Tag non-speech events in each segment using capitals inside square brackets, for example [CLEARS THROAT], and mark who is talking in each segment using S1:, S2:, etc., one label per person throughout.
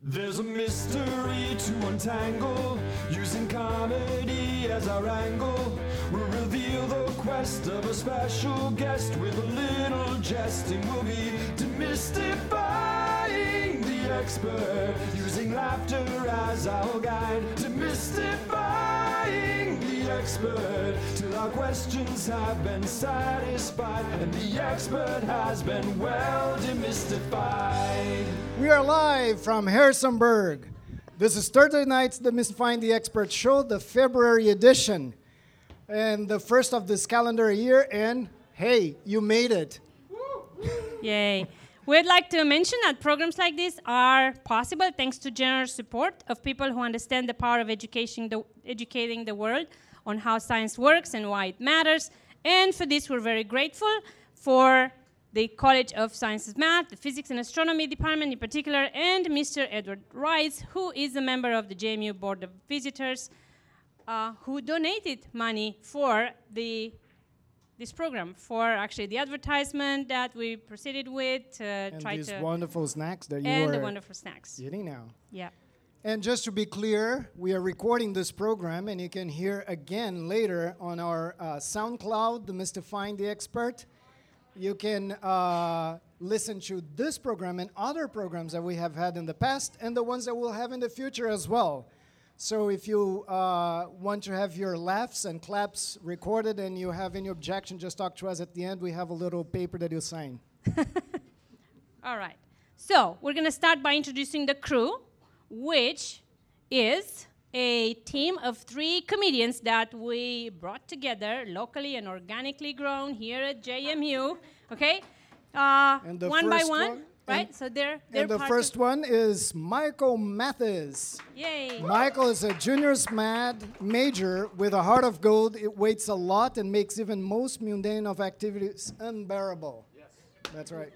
S1: There's a mystery to untangle, using comedy as our angle. We'll reveal the quest of a special guest with a little jesting. We'll be demystifying the expert, using laughter as our guide. Demystifying the expert, till our questions have been satisfied, and the expert has been well demystified.
S2: We are live from Harrisonburg. This is Thursday night's The Mystifying the Expert Show, the February edition, and the first of this calendar year. And hey, you made it.
S3: Yay. We'd like to mention that programs like this are possible thanks to generous support of people who understand the power of education, the, educating the world on how science works and why it matters. And for this, we're very grateful for the College of Sciences Math, the Physics and Astronomy Department in particular, and Mr. Edward Rice, who is a member of the JMU Board of Visitors, uh, who donated money for the this program for actually the advertisement that we proceeded with to
S2: And
S3: try
S2: these
S3: to
S2: wonderful snacks that you
S3: and the
S2: were
S3: wonderful snacks.
S2: eating now.
S3: Yeah.
S2: And just to be clear, we are recording this program, and you can hear again later on our uh, SoundCloud, The Mystifying the Expert. You can uh, listen to this program and other programs that we have had in the past, and the ones that we'll have in the future as well. So if you uh, want to have your laughs and claps recorded, and you have any objection, just talk to us at the end. We have a little paper that you sign.
S3: All right. So we're going to start by introducing the crew, which is a team of three comedians that we brought together locally and organically grown here at JMU. Okay, uh,
S2: And the
S3: one by
S2: first
S3: one,
S2: one-
S3: right?
S2: and-
S3: so they're they're
S2: And the
S3: part
S2: first
S3: of,
S2: one is Michael Mathis.
S3: yay.
S2: Michael is a junior SMAD major with a heart of gold. It weights a lot and makes even most mundane of activities unbearable. Yes. That's right.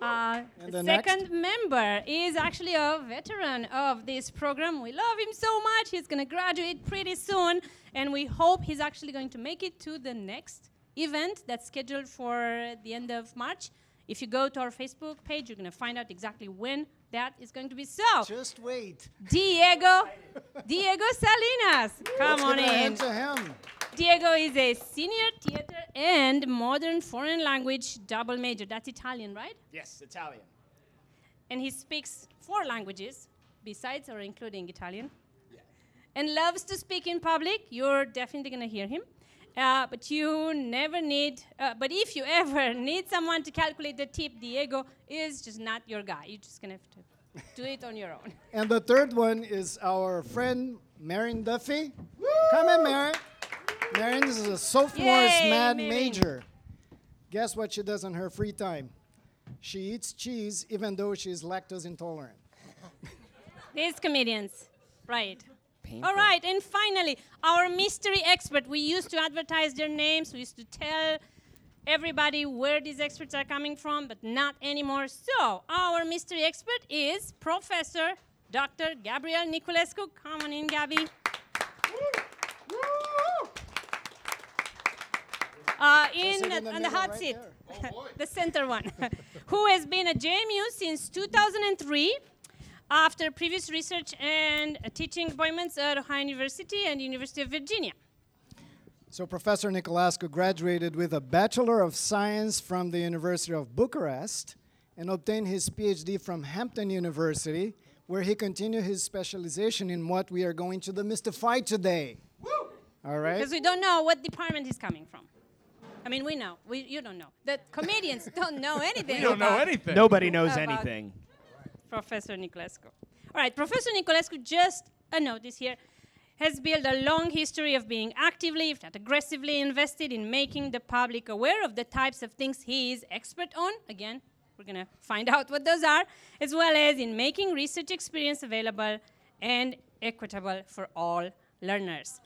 S3: Uh,
S2: And
S3: the
S2: the
S3: second member is actually a veteran of this program. We love him so much. He's going to graduate pretty soon, and we hope he's actually going to make it to the next event that's scheduled for the end of March. If you go to our Facebook page, you're going to find out exactly when that is going to be. So,
S2: Just wait.
S3: Diego, Diego Salinas, come
S2: Let's
S3: on
S2: give a hand
S3: in.
S2: to him.
S3: Diego is a senior theater and modern foreign language double major. That's Italian, right?
S4: Yes, Italian.
S3: and he speaks four languages besides or including Italian and loves to speak in public. You're definitely going to hear him. Uh, but you never need, uh, but if you ever [LAUGHS] need someone to calculate the tip, Diego is just not your guy. You're just going to have to do it on your own.
S2: And the third one is our friend Marion Duffy. Come in, Marion. Marion is a sophomore
S3: Yay,
S2: SMAD
S3: Marion.
S2: major. Guess what she does on her free time? She eats cheese even though she is lactose intolerant.
S3: These comedians. Right. All right, and finally, our mystery expert. We used to advertise their names, we used to tell everybody where these experts are coming from, but not anymore. So, our mystery expert is Professor Dr. Gabriel Niculescu. Come on in, Gabby. Uh, in,
S2: sit
S3: the,
S2: in the
S3: on the
S2: middle
S3: hot
S2: right
S3: seat,
S2: there.
S3: [LAUGHS] the center one, who has been at JMU since 2003 after previous research and uh, teaching appointments at Ohio University and University of Virginia.
S2: So Professor Nicolascu graduated with a Bachelor of Science from the University of Bucharest and obtained his PhD from Hampton University, where he continued his specialization in what we are going to demystify today. All right?
S3: Because we don't know what department he's coming from. I mean, we know. We, you don't know. The comedians don't
S5: [LAUGHS]
S3: know anything.
S5: You don't know
S3: about
S5: [LAUGHS] anything.
S4: Nobody knows
S3: About-
S4: anything.
S3: Professor Niculescu. All right, Professor Niculescu, just a notice here, has built a long history of being actively, if not aggressively, invested in making the public aware of the types of things he is expert on. Again, we're going to find out what those are, as well as in making research experience available and equitable for all learners.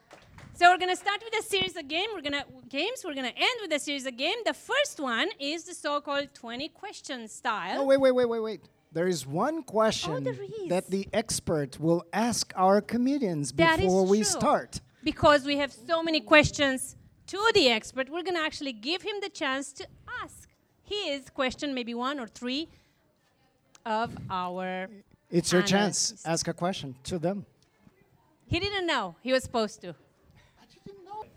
S3: So we're gonna start with a series of game. We're gonna games. We're gonna end with a series of game. The first one is the so-called 20 question style.
S2: Oh, wait, wait, wait, wait, wait. There is one question
S3: Oh, there is.
S2: that the expert will ask our comedians
S3: That is
S2: before we
S3: true.
S2: start.
S3: Because we have so many questions to the expert, we're going to actually give him the chance to ask his question, maybe one or three of our
S2: It's your
S3: Anna
S2: chance.
S3: is-
S2: Ask a question to them.
S3: He didn't know he was supposed to.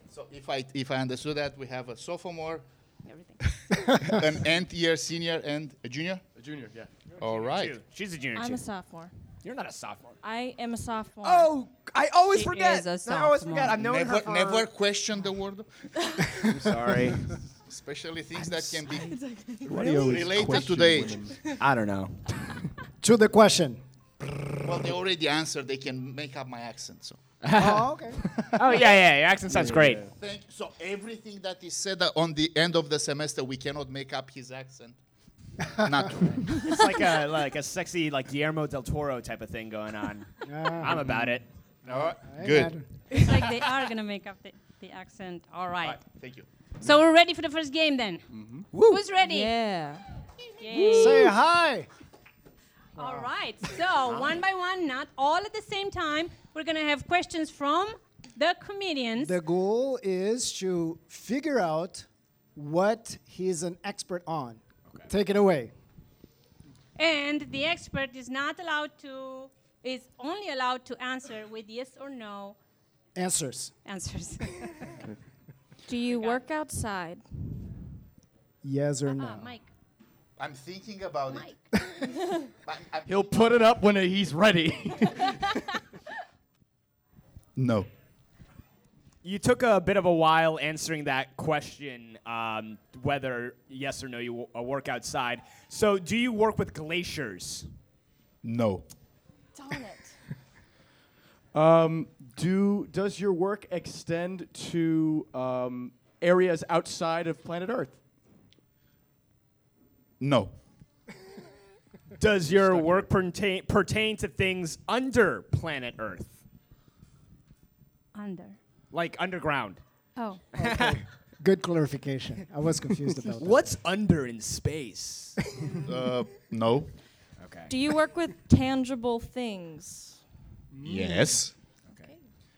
S4: So if I if I understood that, we have a sophomore,
S3: Everything. [LAUGHS]
S4: an nth year senior, and a junior.
S5: A junior, yeah.
S4: All right.
S6: Dude, she's a junior
S7: I'm
S6: too.
S7: a sophomore.
S6: You're not a sophomore.
S7: I am a sophomore.
S5: Oh, I always
S7: She
S5: forget.
S7: is a
S5: I always
S7: sophomore.
S5: forget. I've known her
S4: Never,
S6: uh,
S5: for
S4: never question the word,
S6: I'm
S5: [LAUGHS]
S6: sorry.
S4: especially things that can be
S5: Question
S4: related to the age.
S6: I don't know.
S2: To the question.
S4: Well, they already answered. They can make up my accent. So
S2: oh, okay.
S6: Oh yeah, yeah. Your accent sounds great.
S4: thank. So everything that is said uh, on the end of the semester, we cannot make up his accent. Not true.
S6: It's like a like a sexy like Guillermo del Toro type of thing going on.
S5: Ah.
S6: I'm about it.
S4: All right.
S2: Hey,
S4: Good.
S2: Andrew.
S3: It's like they are gonna make up the, the accent. All right.
S4: All right. Thank you.
S3: So we're ready for the first game then. Who's ready?
S7: Yeah.
S3: Yay.
S2: Say hi.
S3: All right. So one by one, not all at the same time. We're gonna have questions from the comedians.
S2: The goal is to figure out what he's an expert on. Take it away.
S3: And the expert is not allowed to, is only allowed to answer with yes or no
S2: Answers.
S3: [LAUGHS] answers.
S7: Do you work outside?
S2: Yes or no.
S3: Ah, Mike.
S4: I'm thinking about it.
S3: Mike.
S4: [LAUGHS] I'm- I'm-
S5: He'll put it up when he's ready.
S4: [LAUGHS] no.
S6: You took a bit of a while answering that question, um, whether yes or no you w- uh, work outside. So, do you work with glaciers?
S4: No.
S7: Darn it.
S5: um, do does your work extend to um, areas outside of planet Earth?
S4: No.
S6: Does your work pertain, pertain to things under planet Earth,
S3: Under.
S6: like underground?
S3: [LAUGHS] Oh.
S2: Good clarification. I was confused about that.
S6: What's under in space?
S4: Uh, no.
S6: okay.
S7: Do you work with
S3: [LAUGHS]
S7: tangible things?
S4: Yes.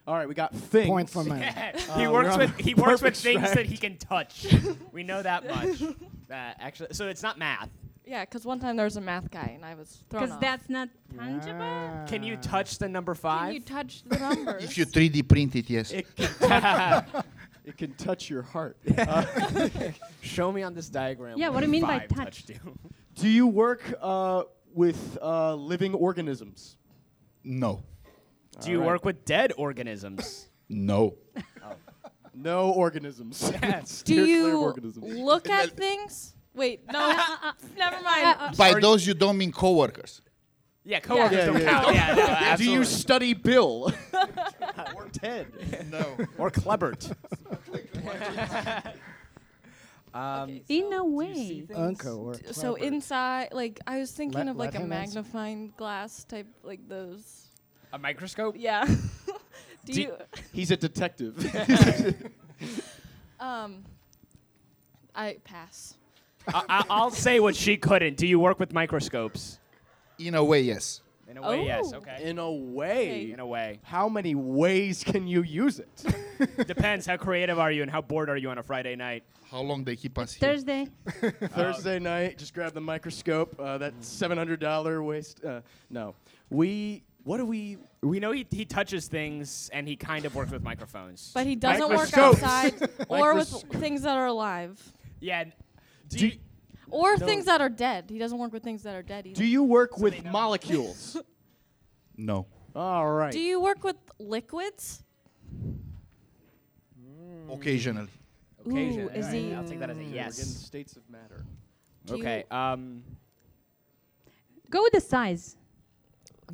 S5: All right, we got things.
S2: Point for [LAUGHS] man.
S6: [LAUGHS] he
S5: we're
S6: works
S5: on
S6: with
S5: the
S6: he works with
S5: perfect
S6: things
S5: track.
S6: that he can touch. we know that much. That actually, so it's not math.
S7: Yeah, because one time there was a math guy and I was thrown
S3: Because
S7: off.
S3: that's not tangible.
S6: Can you touch the number
S7: Can
S6: five?
S7: you touch the numbers.
S4: If you 3D print it, yes.
S5: It can, touch, it can touch your heart.
S6: Show me on this diagram.
S3: Yeah,
S6: where
S3: what do you mean by
S6: five
S3: touch?
S6: touched you.
S5: Do you work uh, with uh, living organisms?
S4: No.
S6: Do you
S5: Alright.
S6: work with dead organisms?
S4: No.
S5: No organisms.
S7: Do
S5: [LAUGHS] Steer clear of
S7: you [LAUGHS]
S5: organisms.
S7: look at things? Wait, no.
S3: Uh,
S7: never mind.
S4: By those, you don't mean coworkers.
S6: yeah, coworkers
S5: Yeah,
S6: don't
S5: yeah,
S6: count. Yeah, no,
S5: Do you
S6: absolutely.
S5: study Bill [LAUGHS] or Ted?
S4: No.
S6: or Clebert?
S3: In a way.
S2: Uncle or
S7: [LAUGHS] So
S2: clever.
S7: inside, like I was thinking
S2: Let-
S7: of like
S2: let
S7: a
S2: him answer.
S7: magnifying glass type, like those.
S6: A microscope?
S7: [LAUGHS] Yeah. Do
S5: Do-
S7: you?
S5: He's a detective.
S7: Um. I pass.
S6: I, I, will say what she couldn't. Do you work with microscopes?
S4: [LAUGHS] In a way, yes.
S6: In a way, yes.
S7: Oh.
S6: Okay.
S5: In a way.
S6: In a way.
S5: How many ways can you use
S7: [LAUGHS]
S5: it?
S6: Depends. How creative are you and how bored are you on a Friday night?
S4: How long they keep us here?
S3: Thursday.
S7: Um,
S5: Thursday night, just grab the microscope. Uh, that
S7: Hmm.
S5: seven hundred dollar waste. Uh, no, we. What do we?
S6: We know he, he touches things and he kind of works with microphones.
S7: But he doesn't work
S5: Microscopes.
S7: outside or with
S5: Microscope.
S7: things that are alive
S6: yeah. n- Do,
S5: Do
S6: you,
S5: you-
S7: or
S5: No.
S7: things that are dead. He doesn't work with things that are dead either.
S5: Do you work
S7: [LAUGHS]
S5: with molecules?
S4: No.
S5: All right.
S7: Do you work with liquids?
S4: Occasionally.
S6: Occasion.
S7: Ooh, is
S6: Alright,
S7: he-
S6: I'll take that as a
S5: Hmm, We're getting
S6: yes.
S5: states of matter.
S7: Do you-
S6: okay. Um,
S3: Go with the size.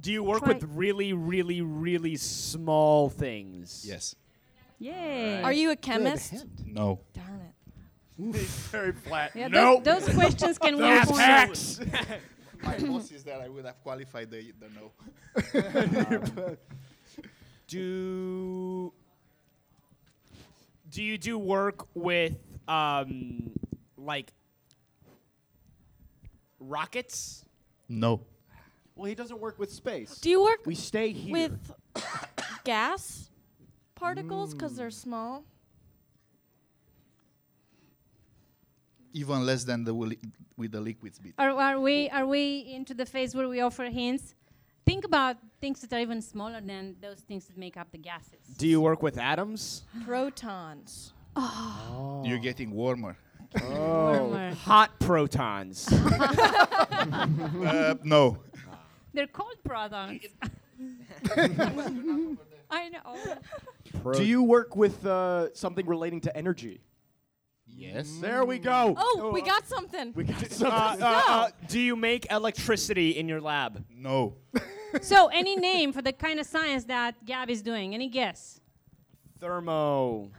S6: do you work
S3: Try-
S6: with really, really, really small things? [LAUGHS]
S4: Yes.
S3: Yay.
S7: Are you a
S2: Good
S7: chemist?
S2: hint.
S4: No.
S7: Darn it.
S5: Very flat.
S3: Yeah,
S5: no.
S3: those, those questions
S6: [LAUGHS]
S3: can win
S6: Ass
S3: points.
S6: hacks. [LAUGHS]
S4: My boss is that I would have qualified the, the no.
S6: do do you do work with um like rockets?
S4: No.
S5: Well, he doesn't work with space.
S7: Do you work
S5: we stay
S8: [COUGHS]
S5: here.
S7: with gas particles because they're small?
S4: Even less than the wi- with the liquids bit.
S3: Are, are we are we into the phase where we offer hints? think about things that are even smaller than those things that make up the gases.
S6: Do you work with atoms?
S7: Protons.
S4: You're getting warmer.
S3: Warmer.
S6: Hot [LAUGHS] protons.
S4: Uh, no.
S3: They're called protons. [LAUGHS] I know.
S5: Do you work with uh, something relating to energy?
S4: Yes.
S5: There we go.
S7: Oh, we got something.
S5: We got
S6: Uh,
S5: something.
S6: uh, uh, do you make electricity in your lab?
S4: No.
S3: So, any name for the kind of science that Gab is doing? Any guess?
S6: Thermo.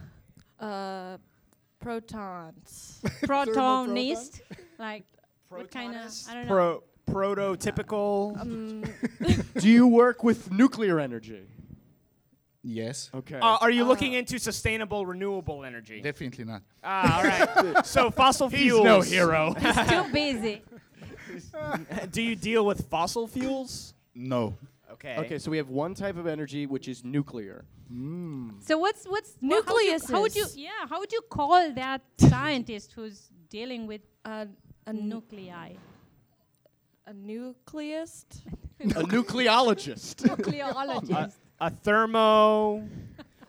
S7: Uh, protons.
S3: Protonist? like, what kind of? I don't know.
S6: Pro- prototypical.
S7: Um.
S5: [LAUGHS] Do you work with nuclear energy?
S4: Yes.
S5: Okay.
S6: Uh, are you looking into sustainable renewable energy?
S4: Definitely not.
S6: Ah, all
S2: [LAUGHS]
S6: right. so fossil fuels.
S3: He's too busy.
S6: [LAUGHS] Do you deal with fossil fuels?
S4: No.
S6: Okay.
S5: Okay, so we have one type of energy which is nuclear.
S3: So what's what's well, how would you- How would you,
S7: Nucleuses.
S3: yeah? How would you call that scientist who's dealing with
S7: A, a,
S3: [LAUGHS] a
S7: nu-
S3: nuclei?
S7: a nucleus?
S5: a nucleologist.
S3: [LAUGHS]
S8: [LAUGHS]
S3: Nucleologist.
S6: A thermo.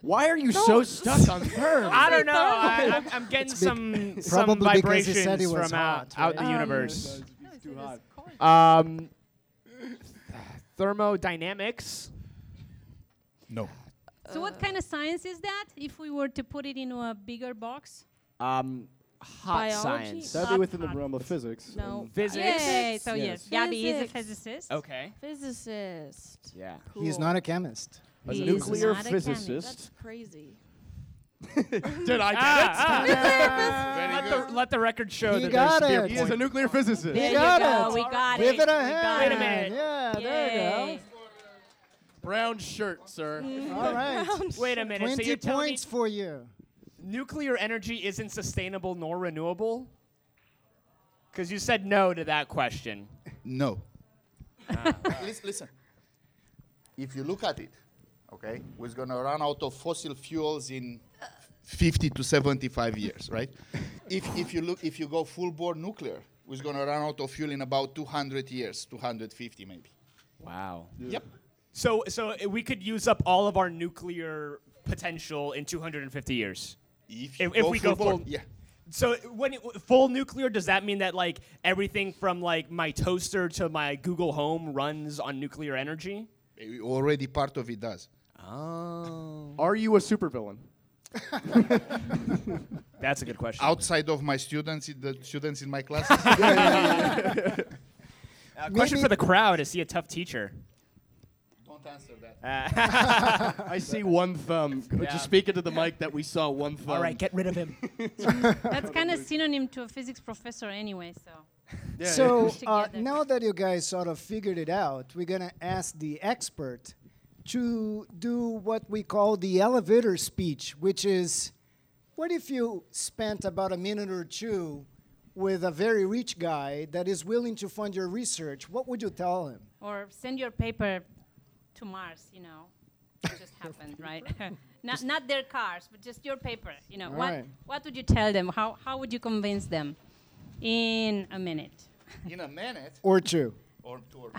S5: Why are you so stuck on terms?
S6: I don't know. I, I'm, I'm getting some some
S2: probably because he
S6: vibrations
S2: said he was
S6: from out,
S2: hot,
S6: out the
S7: right? Um,
S6: [LAUGHS] universe.
S5: Too hot.
S6: Um, thermodynamics.
S4: No.
S3: so what kind of science is that? If we were to put it into a bigger box?
S6: Um, hot
S7: Biology?
S6: science.
S5: That'd be
S3: Hot,
S5: within the
S3: hot.
S5: realm of physics.
S7: No.
S6: Physics.
S3: Yay! So yes,
S5: Yes.
S3: Gabby is a
S7: Physics.
S3: physicist.
S6: Okay.
S7: Physicist.
S2: [LAUGHS]
S6: Yeah.
S2: He's not a chemist.
S5: A
S3: He is
S5: nuclear
S3: not a
S5: physicist.
S7: That's crazy.
S5: Did I get
S6: Ah, let, the, let the record show
S2: He
S6: that
S2: got it.
S6: there's
S5: He is a nuclear physicist.
S2: He
S3: There you
S2: got
S3: go.
S2: it.
S3: We got
S2: Give
S3: it.
S2: it a
S3: We
S2: hand.
S3: got
S6: Wait a
S3: it.
S6: minute.
S2: Yeah, there you
S3: Yay.
S5: Brown shirt, sir.
S6: Mm.
S2: go. All
S3: [LAUGHS]
S2: right.
S6: Wait a minute. so
S2: 20
S6: you're telling me
S2: points for you.
S6: nuclear energy isn't sustainable nor renewable? Because you said no to that question.
S4: No. Ah. Lis- Listen. If you look at it, okay, we're going to run out of fossil fuels in 50 to 75 years, right? if, if you look, if you go full bore nuclear, we're going to run out of fuel in about 200 years, 250 maybe.
S6: Wow.
S4: Yep.
S6: So, so uh, we could use up all of our nuclear potential in 250 years.
S4: If,
S6: If- if we go
S4: bore,
S6: full-
S4: yeah.
S6: So, when it, full nuclear, does that mean that like everything from like my toaster to my Google Home runs on nuclear energy?
S4: Eh, Already part of it does.
S6: Oh,
S5: Are you a supervillain?
S6: that's a good question.
S4: Outside of my students, in the students in my [LAUGHS] classes,
S6: Uh, question
S2: Maybe-
S6: for the crowd: Is he a tough teacher?
S4: don't answer that.
S5: I see one thumb.
S6: Yeah.
S5: Just speak into the mic that we saw one thumb.
S6: All right, get rid of [LAUGHS] him.
S3: That's kind of synonym to a physics professor anyway. So
S5: Yeah,
S2: so uh,
S3: Together.
S2: now that you guys sort of figured it out, we're going to ask the expert to do what we call the elevator speech, which is what if you spent about a minute or two with a very rich guy that is willing to fund your research? What would you tell him?
S3: or send your paper to Mars. You know, it just happened, right? [LAUGHS] not not their cars, but just your paper. You know, what
S2: Alright.
S3: what would you tell them? How how would you convince them? In a minute,
S4: In a minute
S2: Or two.
S4: or two or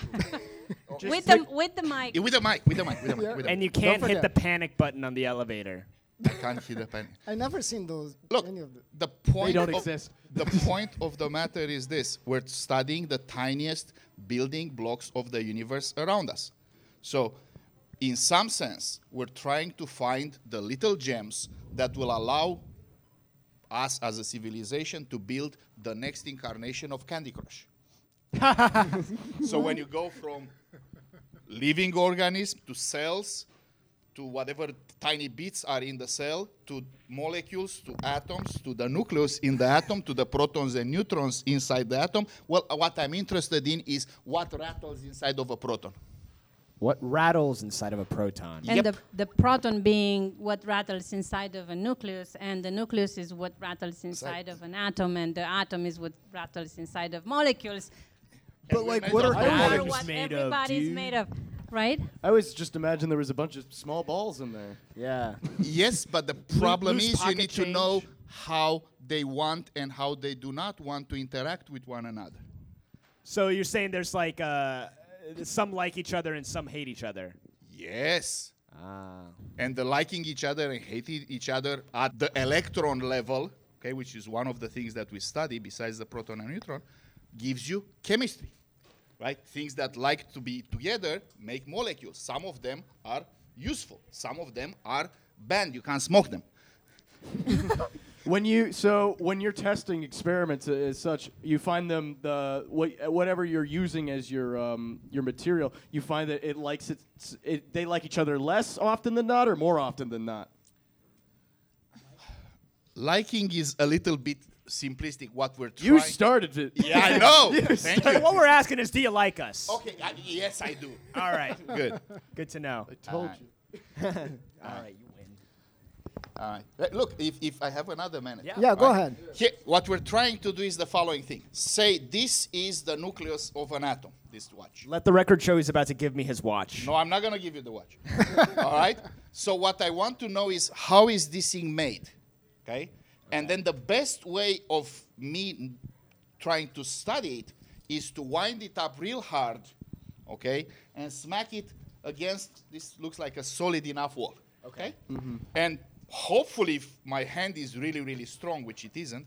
S4: two.
S3: with the with the mic.
S4: Eh, with a mic, with a mic, with a mic. With a
S6: And
S4: mic.
S6: you can't hit
S2: forget.
S6: the panic button on the elevator.
S4: I can't hear the pen.
S2: I never seen those.
S4: Look,
S2: any of the,
S4: the point
S5: don't
S4: of,
S5: exist. [LAUGHS]
S4: The point of the matter is this: we're studying the tiniest building blocks of the universe around us. So, in some sense, we're trying to find the little gems that will allow us as a civilization to build the next incarnation of Candy
S5: [LAUGHS]
S4: Crush. so when you go from living organism to cells to whatever tiny bits are in the cell, to molecules, to atoms, to the nucleus in the atom, to the protons and neutrons inside the atom. Well, uh, what I'm interested in is what rattles inside of a proton.
S6: What rattles inside of a proton?
S3: And
S4: Yep.
S3: the, the proton being what rattles inside of a nucleus, and the nucleus is what rattles inside of an atom, and the atom is what rattles inside of molecules.
S5: But like,
S4: made
S5: what
S4: up
S5: are
S4: our
S3: Or
S5: atoms?
S6: minds.
S3: what
S6: made of,
S3: everybody's
S6: dude.
S3: made of, right?
S5: I always just imagine there was a bunch of small balls in there.
S6: Yeah.
S4: Yes, but the problem
S6: loose
S4: is you
S6: pocket
S4: need to
S6: change.
S4: know how they want and how they do not want to interact with one another.
S6: So you're saying there's like a some like each other and some hate each other.
S4: Yes.
S6: Ah.
S4: and the liking each other and hating each other at the electron level, okay, which is one of the things that we study besides the proton and neutron, gives you chemistry, right? Things that like to be together make molecules. Some of them are useful. Some of them are banned. You can't smoke them.
S5: When you so when you're testing experiments a- as such, you find them the what, whatever you're using as your um, your material, you find that it likes it, it. They like each other less often than not, or more often than not.
S4: Liking is a little bit simplistic. What we're trying.
S5: You started it.
S4: Yeah, I know.
S5: [LAUGHS] You
S4: Thank
S6: But [LAUGHS]
S4: you.
S6: what we're asking is, do you like us?
S4: Okay. I, yes, I do. [LAUGHS]
S6: All right.
S4: Good.
S6: Good to know.
S5: Told
S4: Alright.
S5: you.
S6: All right, you win.
S4: All right. Uh, Look, if, if I have another minute.
S6: Yeah.
S2: Yeah, go
S4: Right.
S2: ahead.
S4: Here, what we're trying to do is the following thing. Say this is the nucleus of an atom, this watch.
S6: Let the record show he's about to give me his watch.
S4: No, I'm not going to give you the watch. [LAUGHS] All right? So what I want to know is how is this thing made? Okay? And then the best way of me n- trying to study it is to wind it up real hard, okay? And smack it against this looks like a solid enough wall. Okay? And hopefully if my hand is really really strong, which it isn't,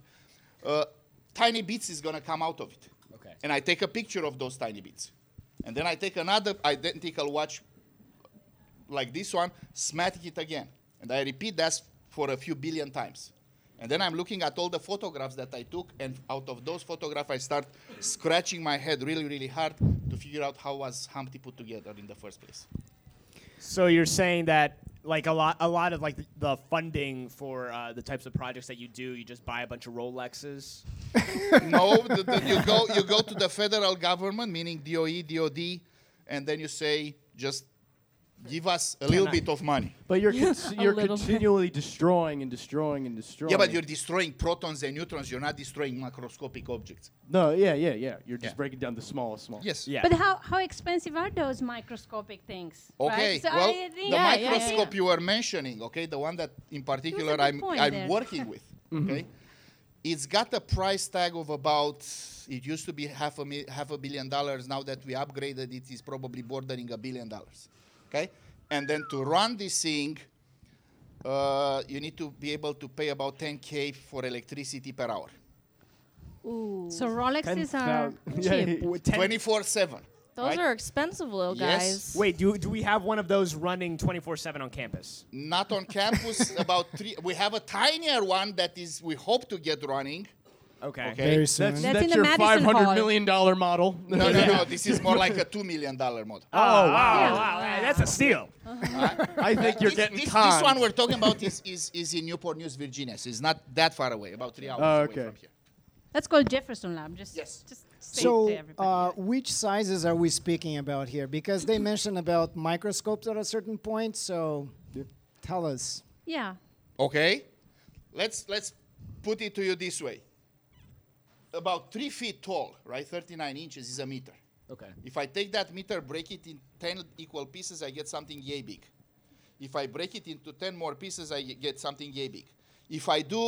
S4: uh, tiny bits is going to come out of it.
S6: Okay.
S4: And I take a picture of those tiny bits. And then I take another identical watch like this one, smack it again. And I repeat that for a few billion times. And then I'm looking at all the photographs that I took, and out of those photographs, I start scratching my head really, really hard to figure out how was Humpty put together in the first place.
S6: So you're saying that like a lot, a lot of like the, the funding for uh, the types of projects that you do, you just buy a bunch of Rolexes.
S4: no, [LAUGHS] the, the, you go you go to the federal government, meaning E, DOE, DOD, and then you say just give us a little bit of money.
S5: But
S3: [LAUGHS]
S5: you're cons-
S7: A
S5: you're
S7: little bit.
S5: continually destroying and destroying and destroying.
S4: Yeah, but you're destroying protons and neutrons. You're not destroying macroscopic objects.
S5: no, yeah, yeah, yeah. You're just
S4: Yeah.
S5: breaking down the smallest, small.
S4: Yes.
S6: Yeah.
S3: But how, how expensive are those microscopic things?
S4: Okay,
S3: right? So
S4: well,
S3: I
S4: the
S3: think
S7: Yeah, yeah,
S4: microscope you were mentioning, okay, the one that in particular
S3: good
S4: I'm,
S3: point
S4: I'm
S3: there. [LAUGHS]
S4: working with, okay, it's got a price tag of about, it used to be half a, mi- half a billion dollars. Now that we upgraded it, it's probably bordering a billion dollars, okay? And then to run this thing, uh, you need to be able to pay about 10K for electricity per hour,
S3: So Rolexes are [LAUGHS]
S5: Yeah, [LAUGHS]
S3: cheap.
S5: yeah.
S4: 24 7.
S7: Those are expensive little
S4: Yes.
S7: guys.
S6: Wait, do, do we have one of those running 24/7 on campus?
S4: not on
S5: [LAUGHS]
S4: campus about three we have a tinier one that is we hope to get
S5: [LAUGHS]
S4: running
S6: Okay.
S4: okay
S2: Very soon.
S5: That's,
S3: That's in the
S5: your
S3: Madison
S5: five hundred
S3: Hall.
S5: million dollar model. [LAUGHS]
S4: no no no this is more like a two million dollar model
S6: Oh, wow, wow, wow, that's a steal.
S5: I think you're
S4: this,
S5: getting
S4: this,
S5: conned.
S4: this one we're talking about is, is, is in newport news virginia so it's not that far away about three hours
S5: Oh,
S4: away
S5: okay.
S4: from here
S3: Let's call Jefferson Lab. Just,
S4: Yes.
S3: just say
S2: So,
S3: to everybody.
S2: uh, which sizes are we speaking about here? Because they mentioned about microscopes at a certain point. So, tell us.
S3: yeah.
S4: okay let's let's put it to you this way about three feet tall right 39 inches is a meter
S6: Okay.
S4: If I take that meter, break it in 10 equal pieces, I get something yay big. If I break it into 10 more pieces, I get something yay big. If I do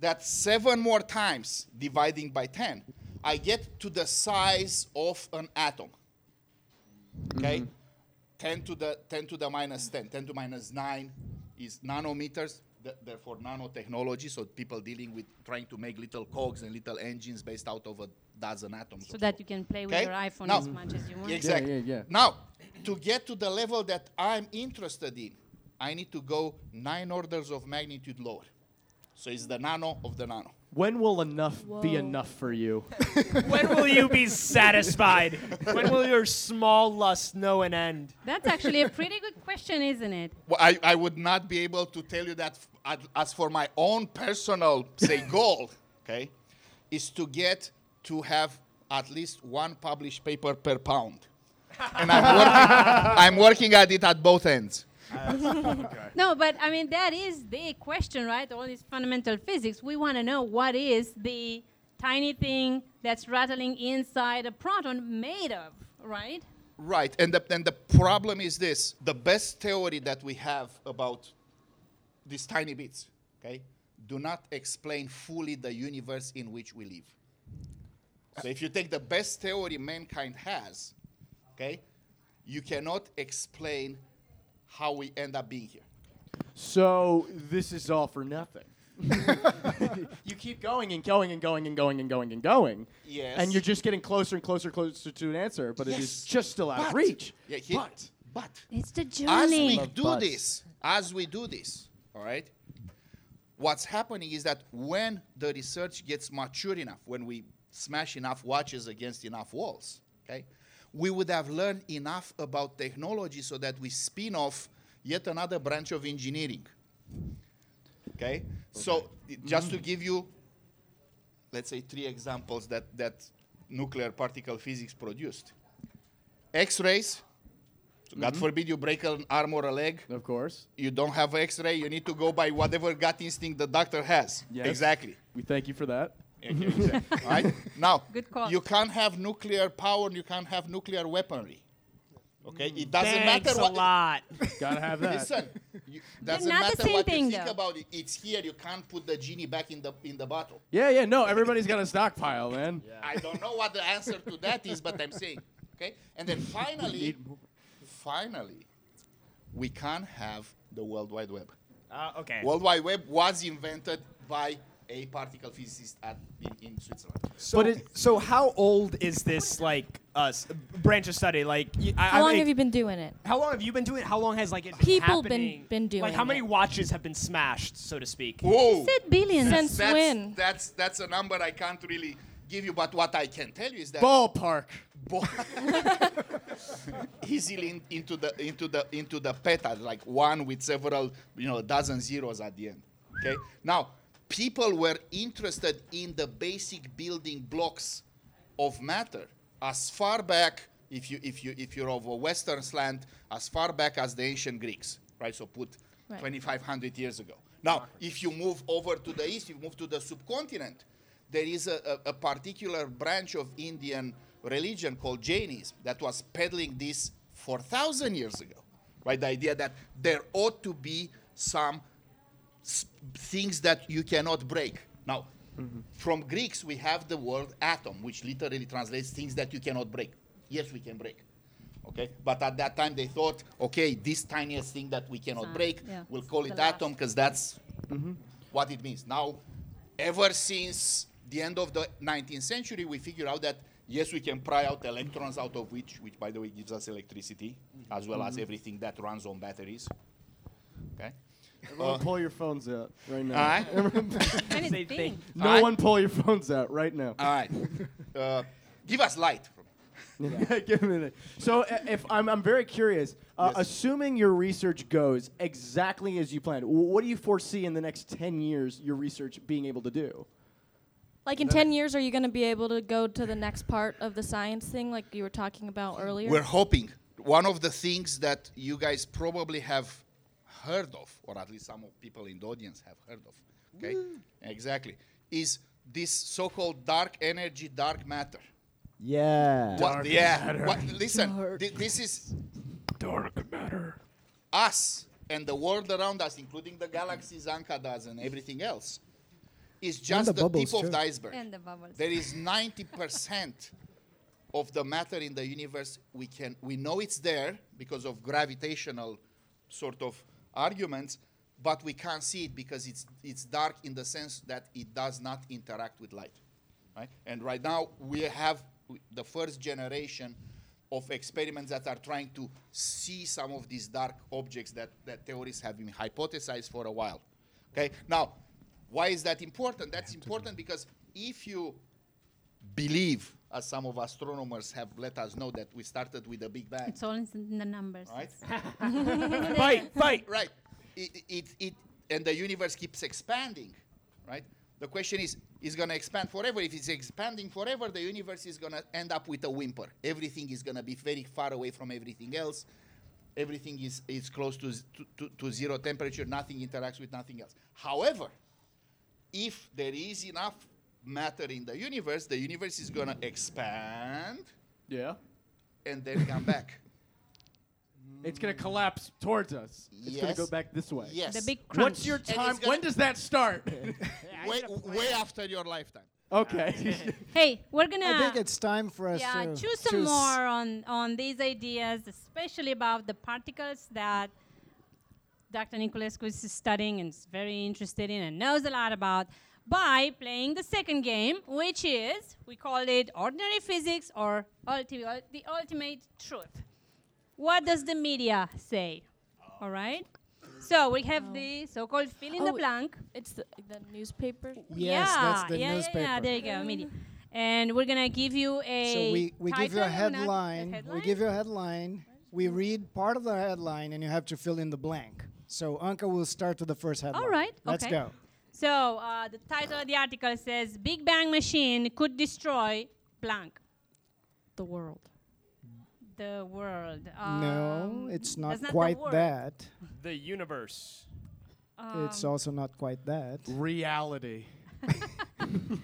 S4: that seven more times, dividing by 10, I get to the size of an atom. Okay? 10 to the 10 to the minus 10 10 to minus 9 is nanometers th- therefore nanotechnology so people dealing with trying to make little cogs and little engines based out of a dozen atoms
S3: So
S4: or
S3: that you can play with
S4: Okay?
S3: your iPhone
S4: Now-
S3: as much as you
S4: [LAUGHS]
S3: want.
S4: Exactly.
S5: yeah, yeah.
S4: Now, to get to the level that I'm interested in, I need to go nine orders of magnitude lower. So it's the nano of the nano.
S5: When will enough be
S7: Whoa.
S5: enough for you?
S6: when will you
S8: [LAUGHS]
S6: be satisfied? When will your small lust know an end?
S3: That's actually a pretty good question, isn't it?
S4: Well, I, I would not be able to tell you that f- ad- as for my own personal,
S5: [LAUGHS]
S4: say, goal, okay, is to get to have at least one published paper per pound. And I'm
S5: [LAUGHS]
S4: working, I'm working at it at both ends.
S3: No, but I mean that is the question, right? All this fundamental physics. We want to know what is the tiny thing that's rattling inside a proton made of, right?
S4: Right, and the, and the problem is this: the best theory that we have about these tiny bits, okay, do not explain fully the universe in which we live. So if you take the best theory mankind has, okay, you cannot explain how we end up being here.
S5: So this is all
S4: [LAUGHS]
S5: for nothing. you keep going and going and going and going and going and going.
S4: Yes.
S5: And you're just getting closer and closer, closer to an answer, but it
S4: Yes,
S5: is just still out of
S4: but-
S5: reach.
S4: Yeah, he-
S5: But
S4: but
S3: It's the
S4: as we
S3: journey.
S5: Love
S4: do
S5: butts.
S4: this, as we do this, all right, what's happening is that when the research gets mature enough, when we smash enough watches against enough walls, okay, we would have learned enough about technology so that we spin off yet another branch of engineering. Okay? So, i- just to give you, let's say, three examples that, that nuclear particle physics produced X rays. So God forbid you break an arm or a leg
S5: of course,
S4: you don't have x-ray you need to go by whatever gut instinct the doctor has
S5: Yes.
S4: exactly
S5: we thank you for that.
S4: Okay, exactly. right now
S3: Good call.
S4: you can't have nuclear power and you can't have nuclear weaponry okay it doesn't
S6: Thanks
S4: matter
S6: a
S4: what
S6: lot.
S5: Gotta
S4: [LAUGHS]
S5: have that.
S4: listen
S3: [LAUGHS]
S4: you, doesn't
S3: not the
S4: matter
S3: same
S4: what
S3: thing,
S4: you think
S3: though.
S4: about it it's here you can't put the genie back in the in the bottle
S5: Yeah, yeah, no, everybody's got a stockpile, man.
S4: i don't know what the answer to that is but i'm saying okay and then finally finally we can't have the world wide web
S6: Uh, okay.
S4: World Wide Web was invented by a particle physicist at, in, in Switzerland.
S6: So, but it, so how old is this like us branch of study? Like, y- I,
S8: How
S6: I,
S8: long
S6: like,
S8: have you been doing it?
S6: How long have you been doing it? How long has like it been
S8: People been-
S6: happening?
S8: been
S6: Like,
S8: doing
S6: how many
S8: it.
S6: watches have been smashed, so to speak?
S4: Whoa!
S3: said billions.
S8: Since
S4: That's,
S8: when?
S4: that's that's a number I can't really give you, but what I can tell you is that
S5: Ballpark.
S4: bo- easily in- into the into the into the peta, like one with several you know dozen zeros at the end. Okay. Now, people were interested in the basic building blocks of matter as far back, if you if you if you're of a Western slant, as far back as the ancient Greeks, right? So put
S8: Right.
S4: 2,500 years ago. Now, if you move over to the east, you move to the subcontinent, there is a, a, a particular branch of Indian religion called Jainism that was peddling this 4,000 years ago, right? The idea that there ought to be some s- things that you cannot break. Now, from Greeks, we have the word atom, which literally translates things that you cannot break. Yes, we can break. Okay, but at that time they thought, okay, this tiniest thing that we cannot break,
S3: uh, yeah.
S4: we'll call
S3: The
S4: it
S3: last.
S4: atom because that's what it means. Now, ever since the end of the 19th century, we figure out that yes, we can pry out electrons out of which, which by the way gives us electricity, as well as everything that runs on batteries. Okay,
S5: Everyone pull your phones out right now.
S4: all right.
S3: And it's
S6: Same
S3: big.
S6: thing.
S5: No
S4: Alright.
S5: one pull your phones out right [LAUGHS] now.
S4: All right. Uh, give us light.
S5: Give me the- so uh, if I'm, I'm very curious, uh,
S4: Yes.
S5: assuming your research goes exactly as you planned, wh- what do you foresee in the next 10 years your research being able to do?
S8: Like in 10 years, are you going to be able to go to the next part of the science thing like you were talking about earlier?
S4: We're hoping. One of the things that you guys probably have heard of, or at least some of people in the audience have heard of, okay? Exactly. Is this so called dark energy, dark matter.
S5: Yeah.
S4: What- yeah. What, listen, thi- this is
S5: Dark matter.
S4: us and the world around us, including the galaxies, Ankadas, and everything else, is just
S2: the
S4: the,
S2: bubbles,
S4: tip
S2: too.
S4: of the iceberg.
S3: And the bubbles.
S4: There is 90% of the matter in the universe we can we know it's there because of gravitational sort of arguments, but we can't see it because it's it's dark in the sense that it does not interact with light. Right? And right now we have w- the first generation of experiments that are trying to see some of these dark objects that, that theories have been hypothesized for a while. Okay? Now, why is that important? That's important because if you believe, as some of astronomers have let us know, that we started with a Big Bang,
S3: It's all in the numbers.
S4: right?
S6: [LAUGHS] fight, fight.
S4: Right. It, it, it, and the universe keeps expanding, right? The question is, is going to expand forever. If it's expanding forever, the universe is going to end up with a whimper. Everything is going to be very far away from everything else. Everything is, is close to, z- to, to, to zero temperature. Nothing interacts with nothing else. However, if there is enough matter in the universe, the universe is going to expand
S5: Yeah.
S4: and then come back.
S5: It's going to collapse towards us. [LAUGHS] It's going
S4: Yes.
S5: to go back this way.
S4: Yes.
S3: The big crunch.
S5: What's your
S4: it's
S5: time? [LAUGHS]
S4: gonna-
S5: When does that start? [LAUGHS]
S4: way, way after your lifetime.
S5: Okay.
S3: Hey, we're gonna.
S2: I think it's time for us
S3: yeah,
S2: to
S3: choose some
S2: to s-
S3: more on on these ideas, especially about the particles that Dr. Niculescu is studying and is very interested in and knows a lot about by playing the second game, which is we call it ordinary physics or ulti- ul- the ultimate truth. What does the media say? All right. So we have the so-called fill in the
S8: Oh,
S3: blank.
S8: It's the, the newspaper.
S2: Yes, that's the
S3: yeah, yeah,
S2: newspaper.
S3: Yeah, there you go, media. And we're gonna give you a.
S2: So we, we give you a
S3: title, we're not-
S2: headline, We give you a headline. We read part of the headline, and you have to fill in the blank. So Anka will start with the first headline.
S3: All right.
S2: Let's
S3: okay.
S2: go.
S3: So uh, the title of the article says "Big Bang Machine Could Destroy Blank."
S8: The world.
S3: The world.
S2: no,
S3: Um,
S2: it's not
S3: that's the
S2: quite
S3: world.
S2: that.
S6: The universe.
S2: it's
S3: Um,
S2: also not quite that.
S5: [LAUGHS] Reality.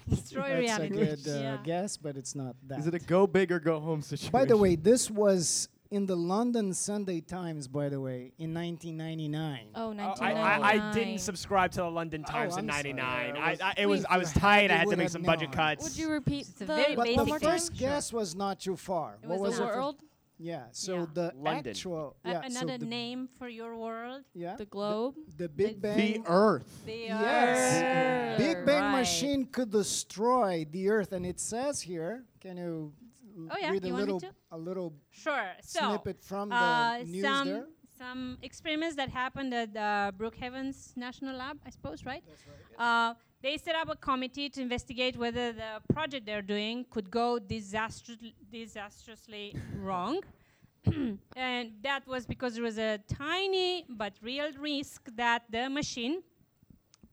S3: Destroy
S2: That's
S3: reality.
S2: a good uh,
S3: Yeah.
S2: guess, but it's not that.
S5: Is it a go big or go home situation?
S2: by the way, this was in the London Sunday Times, by the way, in 1999.
S8: Oh,
S6: I,
S8: 1999.
S6: I, I didn't subscribe to the London
S5: Oh,
S6: Times in
S2: I'm sorry.
S6: '99.
S2: I
S6: I,
S2: was-
S6: I, it was
S2: If
S6: I
S2: you
S6: was
S2: had,
S6: tight.
S2: you
S6: I had to
S2: would
S6: make
S2: have
S6: some budget
S2: known.
S6: cuts.
S8: Would you repeat
S3: a
S8: the
S3: very
S2: But
S8: one
S3: basic
S8: more
S2: the
S3: thing.
S8: time?
S2: first guess was not too far.
S3: was
S2: what was
S8: the
S2: it?
S8: world,
S2: Yeah. So
S3: Yeah.
S2: the
S6: London.
S2: actual
S3: A-
S2: yeah, so
S3: another
S2: the,
S3: name for your world.
S2: Yeah.
S8: the globe.
S2: The Big Bang.
S5: the Earth.
S3: The
S2: Yes.
S3: Earth.
S2: Big Bang
S3: Right.
S2: machine could destroy the Earth, and it says here. Can you l-
S3: Oh, yeah,
S2: read a
S3: you want me
S2: little
S3: to?
S2: a little
S3: Sure. So
S2: snippet from the
S3: uh,
S2: news
S3: some
S2: there?
S3: some experiments that happened at the Brookhaven's National Lab, I suppose, right? That's right. Uh, they set up a committee to investigate whether the project they're doing could go disastr-
S2: [LAUGHS]
S3: disastrously wrong. [CLEARS THROAT] and that was because there was a tiny but real risk that the machine,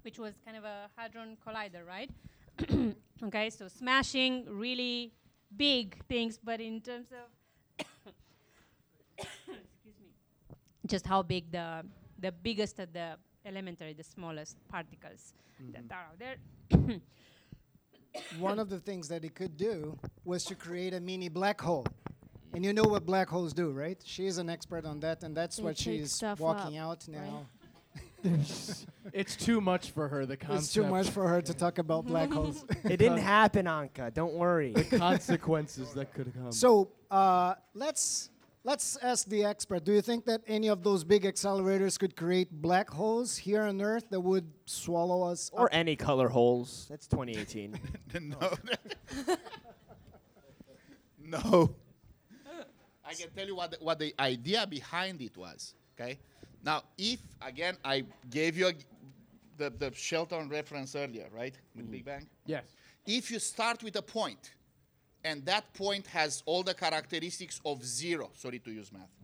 S3: which was kind of a hadron collider, right? [CLEARS THROAT] okay, so smashing really big things, but in terms of excuse me, just how big the the biggest of the elementary, the smallest particles that are out there.
S2: One of the things that it could do was to create a mini black hole. And you know what black holes do, right? She is an expert on that, and that's
S8: They
S2: what
S8: take
S2: she's
S8: stuff
S2: walking
S8: up,
S2: out now.
S5: it's too much for her. The concept.
S2: It's too much for her to talk about
S3: [LAUGHS]
S2: black holes.
S9: It didn't happen, Anka. Don't worry.
S5: consequences that could come.
S2: So uh, let's let's ask the expert. Do you think that any of those big accelerators could create black holes here on Earth that would swallow us?
S9: or
S2: up?
S9: any color holes. That's 2018.
S4: no.
S5: [LAUGHS]
S4: no. I can tell you what the, what the idea behind it was. Okay. Now, if again I gave you a, g- the the Shelton reference earlier, right,
S5: Mm-hmm.
S4: with Big Bang.
S5: yes.
S4: If you start with a point, and that point has all the characteristics of zero. Sorry to use math.
S5: [LAUGHS]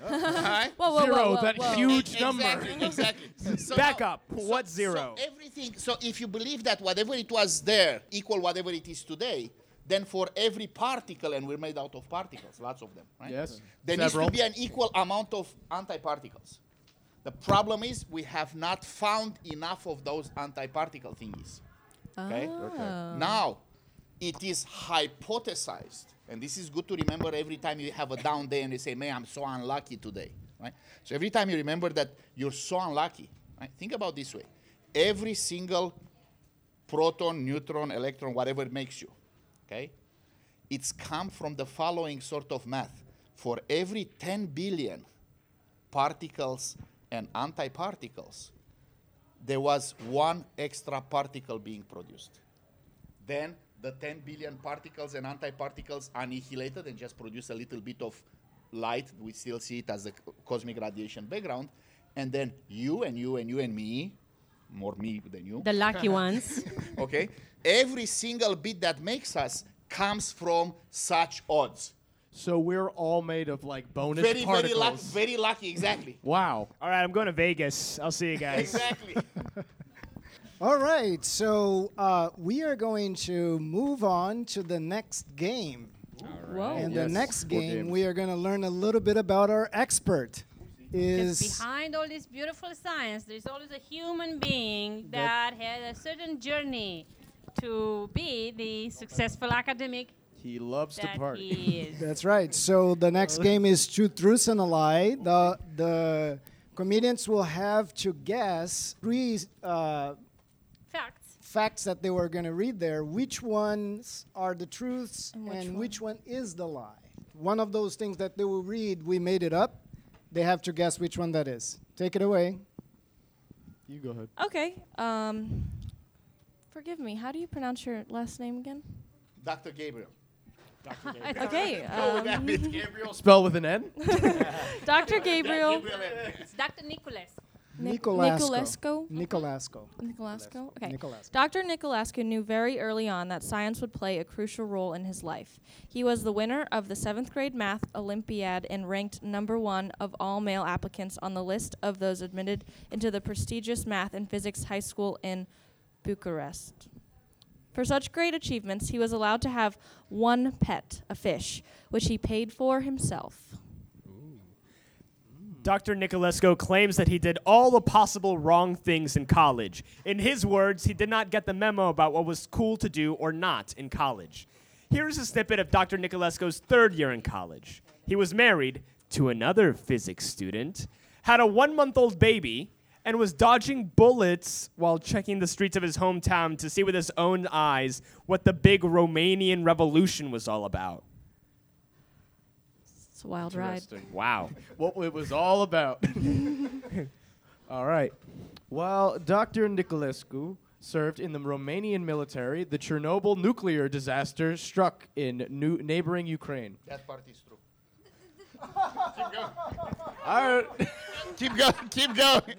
S4: Right?
S8: Whoa, whoa,
S5: Zero.
S8: whoa, whoa,
S5: that
S8: whow.
S5: huge number.
S4: exactly,
S5: [LAUGHS]
S4: Exactly. So
S6: Back up. What's
S4: so
S6: zero?
S4: everything. So if you believe that whatever it was there equal whatever it is today, then for every particle, and we're made out of particles, lots of them, right?
S5: Yes.
S4: There
S5: Several.
S4: needs to be an equal amount of antiparticles. The problem is we have not found enough of those antiparticle thingies. Okay. Now, it is hypothesized, and this is good to remember every time you have a down day and you say, "Man, I'm so unlucky today." Right. So every time you remember that you're so unlucky, right? Think about this way: every single proton, neutron, electron, whatever it makes you, okay, it's come from the following sort of math: for every 10 billion particles and antiparticles, there was one extra particle being produced. Then the 10 billion particles and antiparticles annihilated and just produce a little bit of light. We still see it as a c- cosmic radiation background. And then you and you and you and me, more me than you,
S3: The
S5: [LAUGHS]
S3: lucky ones.
S4: okay? Every single bit that makes us comes from such odds.
S5: So we're all made of like bonus
S4: Very,
S5: particles.
S4: very lucky, very lucky, exactly.
S5: wow.
S6: All right, I'm going to Vegas. I'll see you [LAUGHS] guys.
S4: exactly. [LAUGHS]
S2: All right, so uh, we are going to move on to the next game.
S8: Whoa.
S2: And the
S5: Yes,
S2: next
S5: more
S2: game,
S5: games.
S2: we are going to learn a little bit about our expert.
S3: Because
S2: Is
S3: behind all this beautiful science, there's always a human being that had a certain journey to be the successful academic
S5: He loves to
S3: that
S5: party. [LAUGHS]
S3: he is.
S2: That's right. So the next
S5: Uh.
S2: game is True Truths and a Lie. The the comedians will have to guess three uh,
S3: Facts.
S2: facts that they were going to read there, which ones are the truths and,
S8: And
S2: which
S8: which
S2: one is the lie. One of those things that they will read, we made it up. They have to guess which one that is. Take it away.
S5: You go ahead.
S8: Okay. Um, forgive me. How do you pronounce your last name again?
S4: Dr. Gabriel.
S8: [LAUGHS] Okay.
S4: Go with [LAUGHS] that
S8: um,
S4: bit, Gabriel.
S5: Spell with an N.
S8: [LAUGHS] Dr. Gabriel
S3: It's Dr. Nicholas.
S8: Nic-
S2: Nicolasco.
S8: Nicolasco?
S2: Nicolasco.
S8: Nicolasco. Okay.
S2: Nicolasco.
S8: Dr. Nicolascu knew very early on that science would play a crucial role in his life. He was the winner of the seventh grade math Olympiad and ranked number one of all male applicants on the list of those admitted into the prestigious math and physics high school in Bucharest. For such great achievements, he was allowed to have one pet, a fish, which he paid for himself.
S6: Dr. Nicolesco claims that he did all the possible wrong things in college. In his words, he did not get the memo about what was cool to do or not in college. Here's a snippet of Dr. Nicolesco's third year in college. He was married to another physics student, had a one month old baby, and was dodging bullets while checking the streets of his hometown to see with his own eyes what the big Romanian Revolution was all about.
S8: It's a wild ride.
S6: [LAUGHS] Wow.
S5: what it was all about. [LAUGHS] all right. While Dr. Nicolescu served in the Romanian military, the Chernobyl nuclear disaster struck in new neighboring Ukraine.
S4: That part is true.
S5: All right.
S4: Keep going. [LAUGHS] Keep going.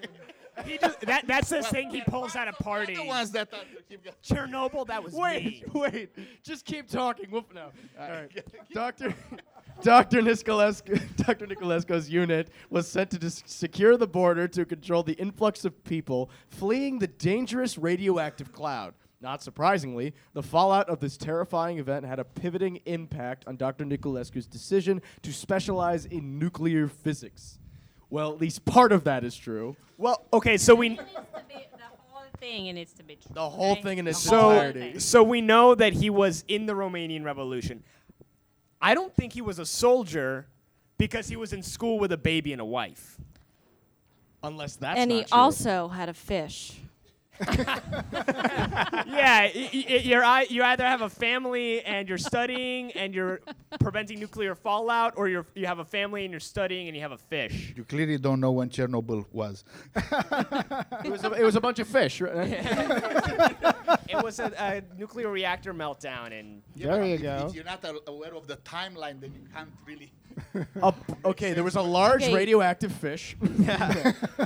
S6: He just, that, that's the thing he pulls at a party.
S4: the ones that are, keep going.
S6: Chernobyl, that was me.
S5: Wait, [LAUGHS] wait. Just keep talking. Whoop no. All right. [LAUGHS] Doctor Dr. Nicolescu [LAUGHS] Dr. Nicolesco's unit was sent to dis- secure the border to control the influx of people fleeing the dangerous radioactive cloud. Not surprisingly, the fallout of this terrifying event had a pivoting impact on Dr. Nicolescu's decision to specialize in nuclear physics. Well, at least part of that is true.
S6: Well, okay, so we
S3: It needs to be the whole thing. It needs to be true.
S5: The whole
S3: okay?
S5: thing in its
S3: The whole
S5: entirety.
S3: thing.
S6: so we know that he was in the Romanian Revolution. I don't think he was a soldier because he was in school with a baby and a wife.
S5: Unless that's
S8: And he
S5: not true.
S8: also had a fish.
S6: yeah, y- y- y- you're ei- you either have a family and you're studying and you're preventing nuclear fallout, or you're, you have a family and you're studying and you have a fish.
S4: You clearly don't know when Chernobyl was.
S5: it was, a, it was a bunch of fish. Right?
S6: It was a, a nuclear reactor meltdown, and
S2: There you go.
S4: If you're not a- aware of the timeline, then you can't really.
S5: [LAUGHS] A p- okay, there was a large
S8: Okay.
S5: radioactive fish. [LAUGHS]
S6: and
S8: Did-
S6: [LAUGHS]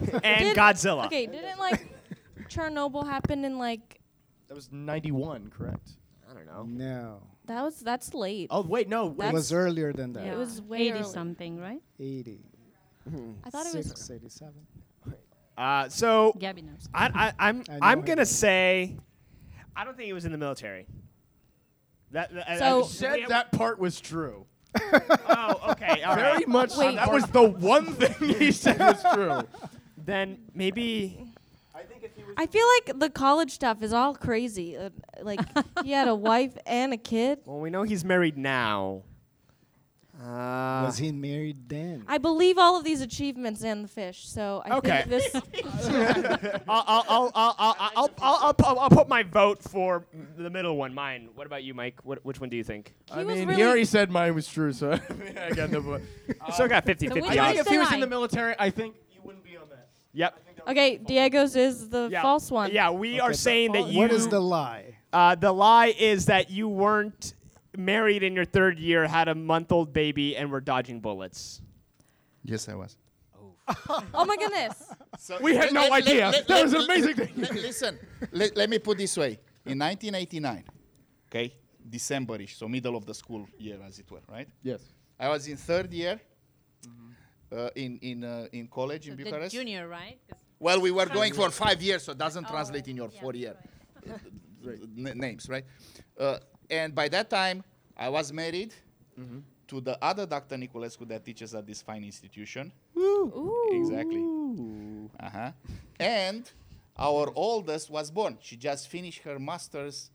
S6: Godzilla.
S8: Okay, didn't like Chernobyl happen in like
S5: That was 91, correct?
S10: I don't know.
S2: [LAUGHS] No.
S8: that was that's late.
S5: Oh, wait, no. wait.
S2: It was
S8: That's-
S2: earlier than that.
S8: It
S3: Yeah.
S8: was way
S3: 80
S8: early.
S3: something, right?
S2: 80.
S8: I thought it was
S2: 87.
S6: Uh, so
S3: Gabby knows.
S6: I, I, I'm
S2: I know
S6: I'm
S2: him.
S6: gonna say, I don't think he was in the military. That, that- I-
S8: So-
S6: I,
S5: You said
S6: we-
S5: that part was true.
S6: Oh,
S5: [LAUGHS]
S6: okay, all
S5: Very
S6: right.
S5: much.
S8: Wait.
S5: That was the one thing he said was true. [LAUGHS]
S6: Then maybe
S8: I feel like the college stuff is all crazy. Uh,
S6: [LAUGHS]
S8: like he had a wife and a kid.
S6: well, we know he's married now. Uh,
S2: was he married then?
S8: I believe all of these achievements and the fish. So I
S6: Okay. [LAUGHS]
S8: think this
S6: Uh, I'll, I'll, I'll, I'll, I'll, I'll, I'll, I'll, I'll put my vote for the middle one, mine. What about you, Mike? What, which one do you think?
S5: I
S8: was
S5: mean,
S8: really-
S5: he already said mine was true, so [LAUGHS] I, mean, I got the point. Uh,
S6: Still got 50
S3: which
S6: 50
S3: one
S6: odds.
S3: is-
S5: if he was in
S3: denied.
S5: the military, I think you wouldn't be on that.
S6: Yep.
S8: Okay, Diego's is the
S6: Yeah.
S8: false one.
S6: Yeah, we are saying that you.
S2: what is the lie?
S6: Uh, the lie is that you weren't married in your third year, had a month old baby, and were dodging bullets.
S4: Yes, I was.
S8: Oh my goodness.
S5: We had no idea. That was an amazing thing.
S4: listen, let, let me put this way. In 1989, okay, Decemberish, so middle of the school year, as it were, right?
S5: Yes.
S4: I was in third year uh, in in uh, in college in
S3: The
S4: Bucharest.
S3: junior, right? 'Cause
S4: Well, we were going for five years, Oh, so it doesn't translate in your four year n- names, right? Uh, and by that time, I was married to the other Dr. Niculescu that teaches at this fine institution. Exactly. Uh huh. And our oldest was born. She just finished her master's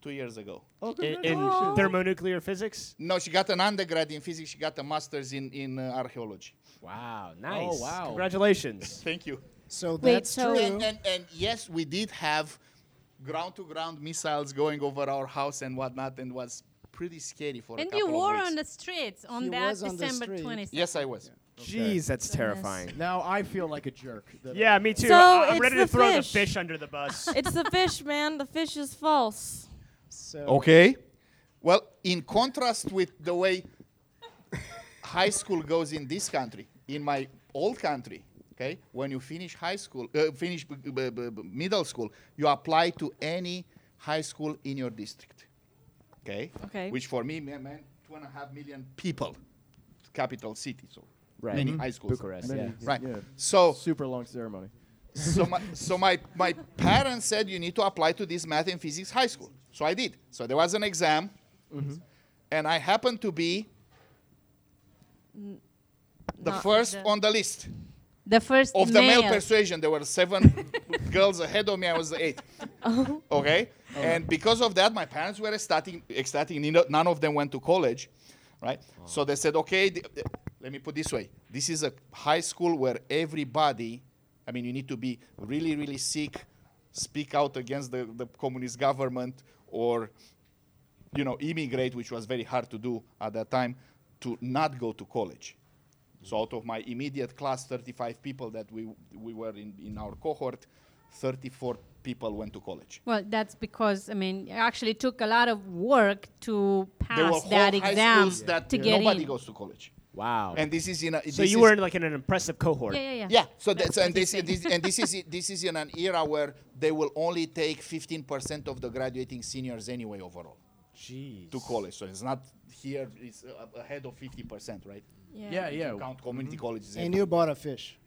S4: two years ago.
S5: Oh,
S6: In, in thermonuclear physics?
S4: No, she got an undergrad in physics. She got a master's in in uh, archaeology.
S6: Wow, nice.
S5: wow.
S6: Congratulations.
S4: Thank you.
S2: So
S8: Wait,
S2: that's
S8: so-
S2: true.
S4: And, and, and yes, we did have ground to ground missiles going over our house and whatnot, and was pretty scary for a
S3: And
S4: couple
S3: you were
S4: of weeks.
S3: on the streets on
S2: He
S3: that
S2: was on the
S3: December
S2: street.
S3: 26th.
S4: Yes, I was.
S11: Jeez, that's terrifying.
S5: Now I feel like a jerk. that-
S11: Yeah, me too.
S8: So
S11: I- I'm
S8: it's
S11: ready to
S8: the
S11: throw
S8: fish.
S11: the fish under the
S8: [LAUGHS]
S11: bus.
S8: it's the fish, man. The fish is false.
S2: So
S4: Okay. Well, in contrast with the way high school goes in this country, in my old country, okay, when you finish high school, uh, finish b- b- b- b- middle school, you apply to any high school in your district, okay?
S8: Okay.
S4: Which for me, man, man two and a half million people, capital city, so
S11: Right.
S4: many high schools.
S11: Bucharest.
S5: Many-
S11: Yeah.
S4: Right.
S5: yeah.
S4: So
S5: [LAUGHS] Super long ceremony.
S4: so my, so my, my parents said you need to apply to this math and physics high school. So I did. So there was an exam,
S5: Mm-hmm.
S4: and I happened to be the
S8: Not
S4: first
S8: the-
S4: on the list
S3: The first
S4: of the male persuasion. There were seven girls ahead of me. I was the eighth. Okay, and because of that, my parents were ecstatic. Ecstatic. Nino- None of them went to college, right? So they said, okay, th- th- let me put this way: this is a high school where everybody. I mean, you need to be really, really sick, speak out against the, the communist government, or you know, immigrate, which was very hard to do at that time, to not go to college. So out of my immediate class, 35 people that we, we were in, in our cohort, 34 people went to college.
S3: Well, that's because I mean, it actually took a lot of work to
S4: there were
S3: pass
S4: whole
S3: that
S4: high
S3: exam
S4: schools that
S3: to get
S4: nobody
S3: in.
S4: goes to college.
S11: Wow.
S4: And this is in a,
S11: so
S4: this
S11: you
S4: is-
S11: were in like in an impressive cohort.
S3: yeah, yeah, yeah.
S4: yeah. So
S3: That's
S4: that's, and
S3: what he's
S4: this, and this and this is i- this is in an era where they will only take 15% of the graduating seniors anyway overall
S11: Jeez.
S4: to college. So it's not here; it's uh, ahead of 50%, right?
S5: Yeah, yeah.
S4: You count community colleges.
S2: and you bought a fish.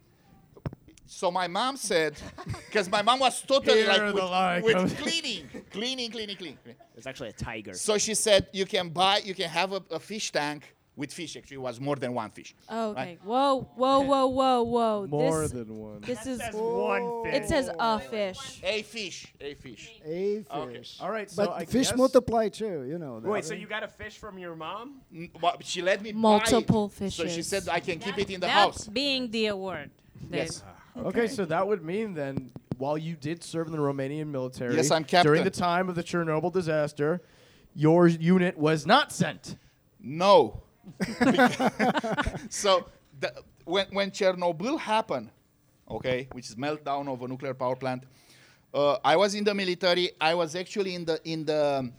S4: So my mom said, [LAUGHS] because my mom was totally
S5: Here the lie
S4: like with,
S5: comes.
S4: with cleaning, cleaning, cleaning, cleaning.
S11: It's actually a tiger.
S4: So she said, you can buy, you can have a, a fish tank with fish. Actually, it was more than one fish.
S8: Oh, okay.
S4: Right.
S8: Whoa,
S6: [LAUGHS]
S8: whoa, whoa, whoa, whoa.
S5: More
S8: this,
S5: than one.
S8: This is.
S11: That's one thing.
S8: It says a fish.
S4: A fish, a fish.
S2: A fish.
S5: All right, so
S2: But
S5: I
S2: fish
S5: guess-
S2: multiply too, you know. that.
S11: Wait, so you got a fish from your mom?
S4: N- but she let me buy it.
S8: Multiple
S4: So she
S8: fishes.
S4: said, I can keep it in the
S3: That's
S4: house.
S3: being the award. Dave.
S4: Yes.
S5: Okay, so that would mean then, while you did serve in the Romanian military,
S4: Yes, I'm captain.
S5: During the time of the Chernobyl disaster, your unit was not sent.
S4: No. [LAUGHS] so the, when, when Chernobyl happened, okay, which is meltdown of a nuclear power plant, uh, I was in the military. I was actually in the in the um,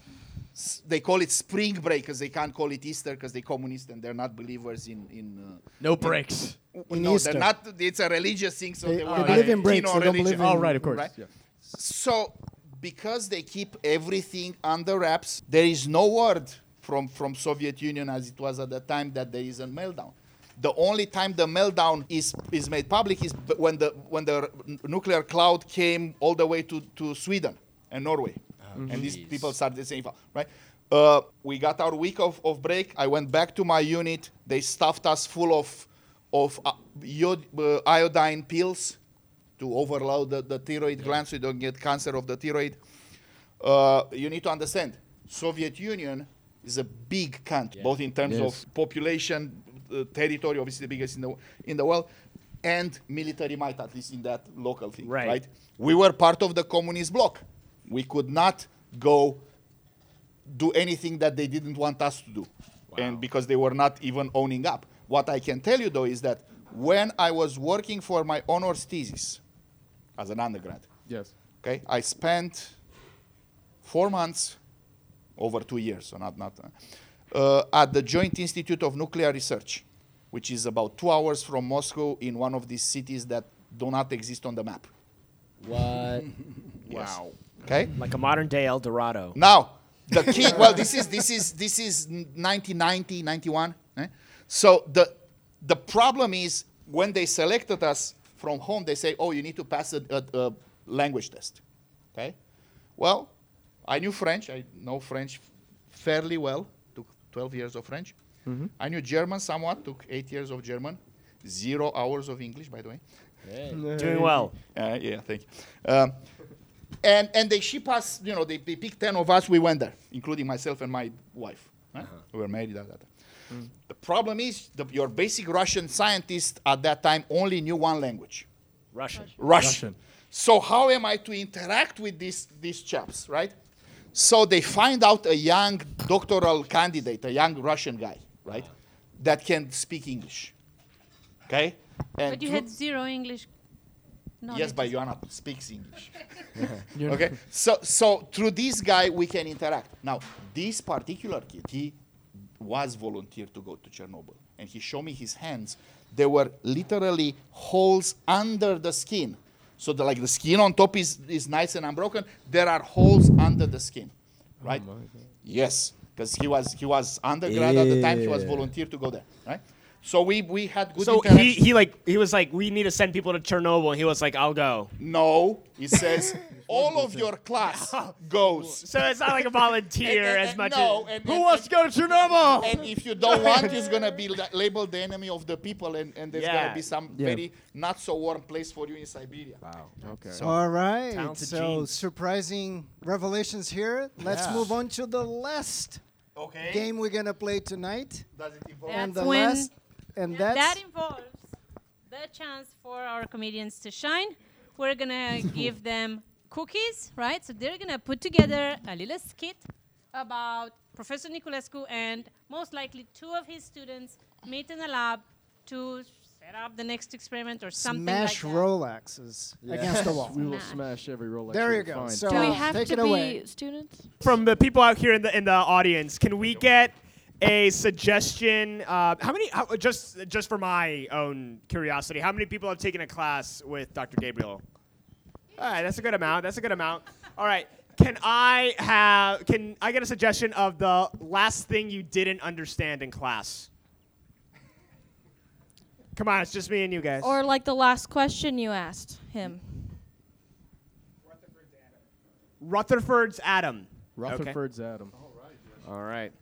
S4: s- they call it spring break because they can't call it Easter because they're communist and they're not believers in in. Uh,
S5: No breaks.
S2: In
S4: no,
S2: Easter.
S4: they're not. It's a religious thing, so
S2: They-
S4: they,
S2: they
S4: were not
S2: believe in
S4: keen
S2: breaks,
S4: on
S2: they don't
S4: religion.
S2: believe in-
S5: oh, right, of course.
S4: Right?
S5: yeah.
S4: So, because they keep everything under wraps, there is no word from, from Soviet Union as it was at the time that there is a meltdown. The only time the meltdown is, is made public is b- when the, when the r- n- nuclear cloud came all the way to, to Sweden and Norway. and these people started saying, right? Uh, we got our week of, of break. I went back to my unit. They stuffed us full of, of uh, iod- uh, iodine pills to overload the, the thyroid gland so you don't get cancer of the thyroid. Uh, you need to understand, Soviet Union is a big country, both in terms
S5: Yes.
S4: of population, uh, territory, obviously the biggest in the, in the world, and military might, at least in that local thing,
S11: Right.
S4: right? We were part of the communist bloc. We could not go do anything that they didn't want us to do. And because they were not even owning up. What I can tell you though is that when I was working for my honors thesis as an undergrad,
S5: Yes.
S4: okay, I spent four months, over two years, so not, not uh, at the Joint Institute of Nuclear Research, which is about two hours from Moscow in one of these cities that do not exist on the map.
S9: What?
S4: Wow. Okay?
S11: Like a modern day El
S4: [LAUGHS]
S11: Dorado.
S4: Now, the key, well, this is, this is, this is 1990, 91. eh? So the, the problem is when they selected us from home, they say, oh, you need to pass a, a, a language test. Okay? Well, I knew French. I know French fairly well. Took 12 years of French. I knew German somewhat. Took eight years of German. Zero hours of English, by the way.
S11: Doing well.
S4: Uh, yeah, thank you. Um, and and they ship us, you know, they, they picked 10 of us, we went there, including myself and my wife. right? We were married at that time. The problem is, the, your basic Russian scientist at that time only knew one language
S11: Russian.
S4: Russian. So how am I to interact with these these chaps, right? So they find out a young doctoral candidate, a young Russian guy, right, that can speak English. Okay, and
S3: but you
S4: through-
S3: had zero English. knowledge.
S4: yes, but Joanna speaks English. [LAUGHS] okay, so so through this guy we can interact. Now this particular kid, he was volunteered to go to Chernobyl, and he showed me his hands. There were literally holes under the skin. So the, like the skin on top is is nice and unbroken. There are holes under the skin, right? yes, because he was he was undergrad at the time. He was
S12: Yeah.
S4: volunteered to go there, right? So we we had good.
S6: so
S4: interaction.
S6: he, he like he was like, we need to send people to Chernobyl, and he was like, I'll go.
S4: No, he says all of your class goes.
S6: So it's not like a
S4: [LAUGHS]
S6: volunteer
S4: And- and-
S6: as much.
S4: no,
S6: as,
S4: and-
S6: who
S4: and-
S6: wants to go to Chernobyl?
S4: And if
S6: [LAUGHS]
S4: you don't want, it's gonna be la- labeled the enemy of the people, and, and there's
S6: Yeah.
S4: gonna be some
S5: Yeah.
S4: very not so warm place for you in Siberia. Wow.
S5: Okay.
S2: All right.
S6: Talented
S2: So
S6: genes.
S2: surprising revelations here. Let's
S5: Yeah.
S2: move on to the last
S4: Okay.
S2: game we're gonna play tonight,
S4: Does it involve?
S2: and
S3: That's
S2: the
S3: when-
S2: last, and
S3: And
S2: that's
S3: that involves the chance for our comedians to shine. We're
S2: [LAUGHS]
S3: gonna give them cookies, right? So they're gonna put together a little skit about Professor Niculescu and most likely two of his students meet in the lab to set up the next experiment or something
S2: smash
S3: like that.
S2: Rolexes against the wall.
S5: [LAUGHS] We will
S3: Smash.
S5: smash every Rolex.
S2: There
S5: we
S2: you go.
S5: find.
S2: So
S13: Do we
S2: uh,
S13: have
S2: take
S13: to
S2: it
S13: be
S2: away.
S13: students?
S6: From the people out here in the in the audience, can we get a suggestion? Uh, how many? How, just just for my own curiosity, how many people have taken a class with Dr. Gabriel? All right, that's a good amount. That's a good amount. All right. Can I have? Can I get a suggestion of the last thing you didn't understand in class? Come on, it's just me and you guys.
S8: Or like the last question you asked him.
S6: Rutherford's atom. Okay.
S5: Rutherford's Adam.
S6: All right.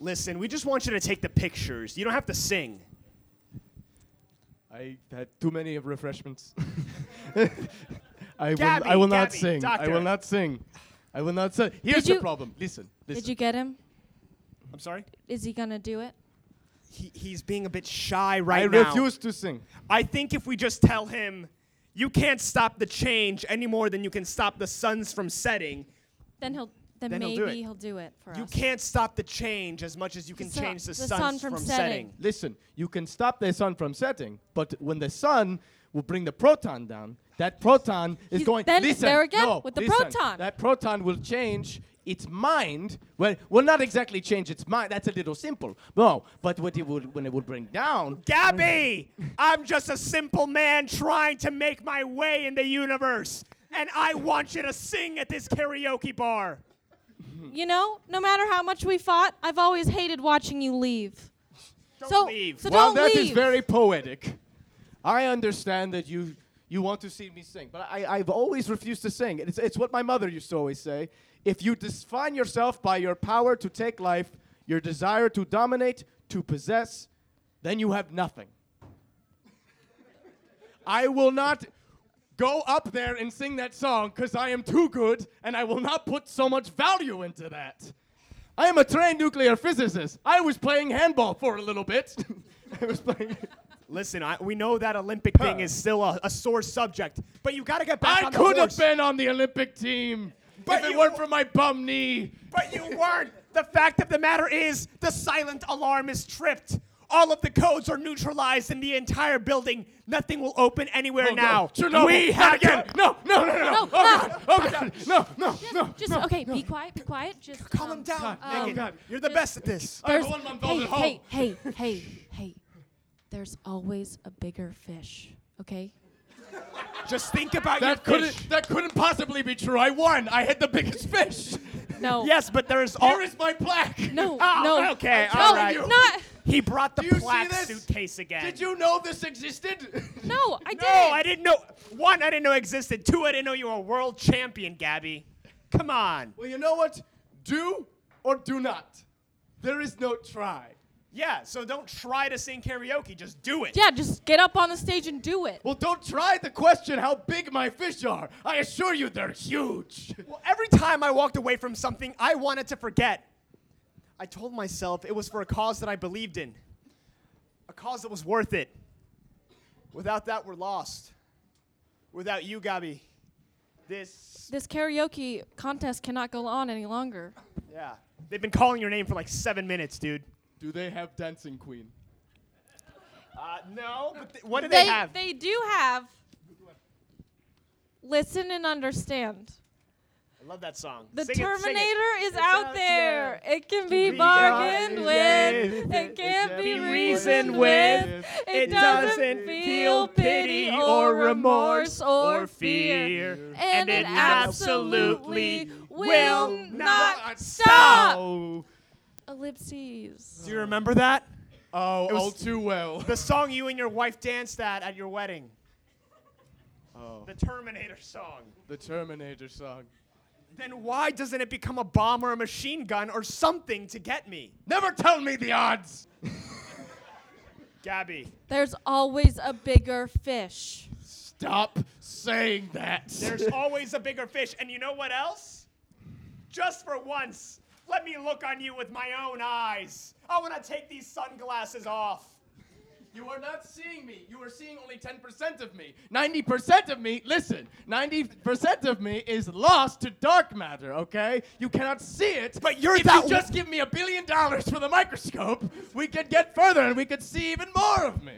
S6: Listen, we just want you to take the pictures. You don't have to sing.
S5: I had too many of refreshments. [LAUGHS] I
S6: Gabby,
S5: will. I will not
S6: Gabby,
S5: sing. I
S6: doctor.
S5: will not sing. I will not sing. Here's
S8: you-
S5: the problem. Listen. Listen.
S8: Did you get him?
S6: I'm sorry?
S8: Is he gonna do it?
S6: He, he's being a bit shy right
S5: I
S6: now.
S5: refuse to sing.
S6: I think if we just tell him, you can't stop the change any more than you can stop the suns from setting.
S8: Then he'll. Then,
S6: Then he'll
S8: maybe
S6: do
S8: he'll
S6: it.
S8: do, it for
S6: You
S8: us.
S6: can't stop the change as much as you can
S8: su-
S6: change the,
S8: the
S6: suns
S8: sun from setting. [LAUGHS]
S5: Listen. You can stop the sun from setting, but when the sun will bring the proton down, that proton is
S8: He's-
S5: going.
S8: then
S5: listen.
S8: there again
S5: no,
S8: with the
S5: listen,
S8: proton.
S5: That proton will change its mind. Well, will not exactly change its mind. That's a little simple. No, but what it would when it would bring down.
S6: Gabby, I'm just a simple man trying to make my way in the universe, and I want you to sing at this karaoke bar.
S8: You know, no matter how much we fought, I've always hated watching you leave.
S6: Don't
S8: so,
S6: leave.
S8: so don't
S5: well, that is
S8: leave.
S5: very poetic. I understand that you you want to see me sing, but I, I've always refused to sing. It's, it's what my mother used to always say. If you define yourself by your power to take life, your desire to dominate, to possess, then you have nothing. I will not go up there and sing that song because I am too good and I will not put so much value into that. I am a trained nuclear physicist. I was playing handball for a
S6: [LAUGHS]
S5: little bit. I was playing.
S6: Listen, I, we know that Olympic thing is still a, a sore subject, but you got to get back
S5: I
S6: on the
S5: could have
S6: horse.
S5: been on the Olympic team
S6: But
S5: if it
S6: you-
S5: weren't for my bum knee.
S6: But you weren't. The fact of the matter is, the silent alarm is tripped. All of the codes are neutralized in the entire building. Nothing will open anywhere
S5: Oh,
S6: now.
S5: no. Chernobyl.
S6: We
S5: Not
S6: have
S5: again. No, no, no, no, no.
S8: No,
S5: Oh, God. Oh, God. No, no, no. Oh,
S8: Just okay. be quiet. Be quiet. Just
S6: Calm
S8: um,
S6: him down.
S8: um,
S6: Megan. You're the best at this.
S5: I have
S8: there's-
S5: a one-month-old
S8: hey,
S5: at home.
S8: hey, hey, hey, hey. There's always a bigger fish. Okay.
S6: Just think about
S5: That
S6: your fish.
S5: couldn't, that couldn't possibly be true. I won. I had the biggest
S6: [LAUGHS]
S5: fish.
S8: No.
S6: Yes, but there's
S5: Here
S6: always.
S5: is my plaque.
S8: No.
S6: Oh,
S8: no.
S6: okay,
S8: No.
S6: all right.
S8: Not.
S6: He brought the
S5: Do you see
S6: plaque
S5: this?
S6: suitcase again.
S5: Did you know this existed?
S8: No. I didn't.
S6: No, I didn't know. One, I didn't know existed. Two, I didn't know you were a world champion, Gabby. Come on.
S5: [LAUGHS] Well, you know what? Do or do not. There is no try.
S6: Yeah, so don't try to sing karaoke. Just do it.
S8: Yeah. Just get up on the stage and do it.
S5: Well, don't try the question how big my fish are. I assure you they're huge.
S6: Well, every time I walked away from something I wanted to forget, I told myself it was for a cause that I believed in, a cause that was worth it. Without that, we're lost. Without you, Gabi, this.
S8: This karaoke contest cannot go on any longer.
S6: Yeah. They've been calling your name for like seven minutes, dude.
S5: Do they have Dancing Queen?
S6: Uh, no, but th- what do they, have?
S7: They do have. Listen and understand.
S6: I love that song.
S7: The
S6: Sing it, sing it.
S7: Terminator is out, there. It can be
S6: be
S7: bargained
S6: bargained
S7: with.
S6: with.
S7: It can't be
S6: be
S7: reasoned
S6: reasoned
S7: with.
S6: with.
S7: It doesn't feel pity or remorse or fear. And it absolutely will
S5: Uh,
S7: not stop.
S6: Oh.
S8: Ellipses.
S6: Do you remember that?
S5: Oh,
S6: It was-
S5: all too well.
S6: The song you and your wife danced at at your wedding. The Terminator song.
S5: [LAUGHS] the Terminator song.
S6: Then why doesn't it become a bomb or a machine gun or something to get me?
S5: Never tell me the odds.
S6: Gabby,
S8: There's always a bigger fish.
S5: Stop saying that.
S6: there's always a bigger fish. And you know what else? Just for once, let me look on you with my own eyes. I want to take these sunglasses off.
S5: You are not seeing me. You are seeing only 10% of me. 90% of me, listen, 90% of me is lost to dark matter, okay? You cannot see it.
S6: But you're
S5: if
S6: that
S5: you just give me a billion dollars for the microscope, we could get further and we could see even more of me.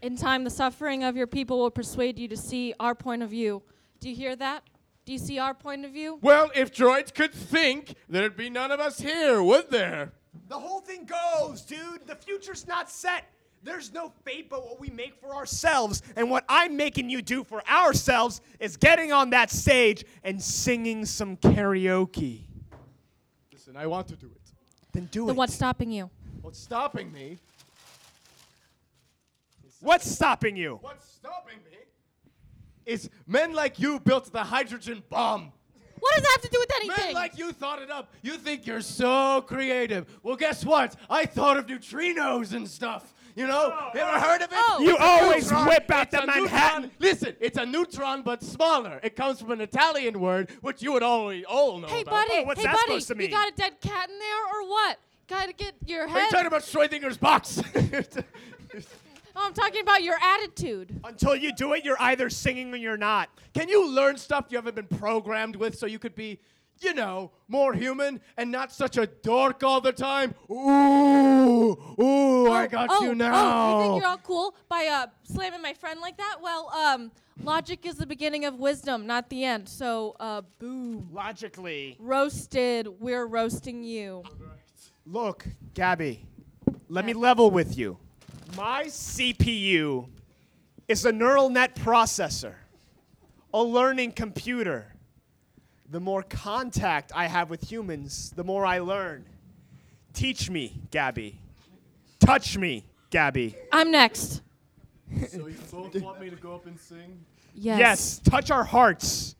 S8: In time, the suffering of your people will persuade you to see our point of view. Do you hear that? Do you see our point of view?
S5: Well, if droids could think, there'd be none of us here, would there?
S6: The whole thing goes, dude. The future's not set. There's no fate but what we make for ourselves. And what I'm making you do for ourselves is getting on that stage and singing some karaoke.
S5: Listen, I want to do it.
S6: Then do
S8: Then
S6: it.
S8: what's stopping you?
S5: What's stopping me?
S6: What's stopping you?
S5: What's stopping me? Is men like you built the hydrogen bomb.
S7: What does that have to do with
S5: Men
S7: anything?
S5: like you thought it up. You think you're so creative. Well, guess what? I thought of neutrinos and stuff. You know? You ever heard of it?
S7: Oh.
S6: You
S5: It's a
S6: always
S5: neutron.
S6: whip out
S5: It's
S6: the
S5: a
S6: Manhattan.
S5: neutron. Listen, it's a neutron but smaller. It comes from an Italian word, which you would all, all know
S8: Hey,
S5: about.
S8: buddy.
S6: Oh, what's
S8: hey,
S6: that
S8: buddy.
S6: supposed to
S8: You
S6: mean?
S8: got a dead cat in there or what? Gotta get your
S5: Are you
S8: head.
S5: talking about Schrodinger's
S6: [LAUGHS]
S5: box?
S8: oh, I'm talking about your
S5: Oh,
S8: attitude.
S6: Until you do it, you're either singing or you're not.
S5: Can you learn stuff you haven't been programmed with so you could be, you know, more human and not such a dork all the time? Ooh, ooh, I
S8: Oh,
S5: got
S8: oh,
S5: you now.
S8: Oh, you think you're all cool by uh, slamming my friend like that? Well, um, logic is the beginning of wisdom, not the end. So, uh, boom.
S6: Logically.
S8: Roasted. We're roasting you.
S6: Look, Gabby, let me level with you. My CPU is a neural net processor, a learning computer. The more contact I have with humans, the more I learn. Teach me, Gabby. Touch me, Gabby.
S8: I'm next.
S5: so you both want me to go up and sing?
S8: Yes.
S6: yes touch our hearts,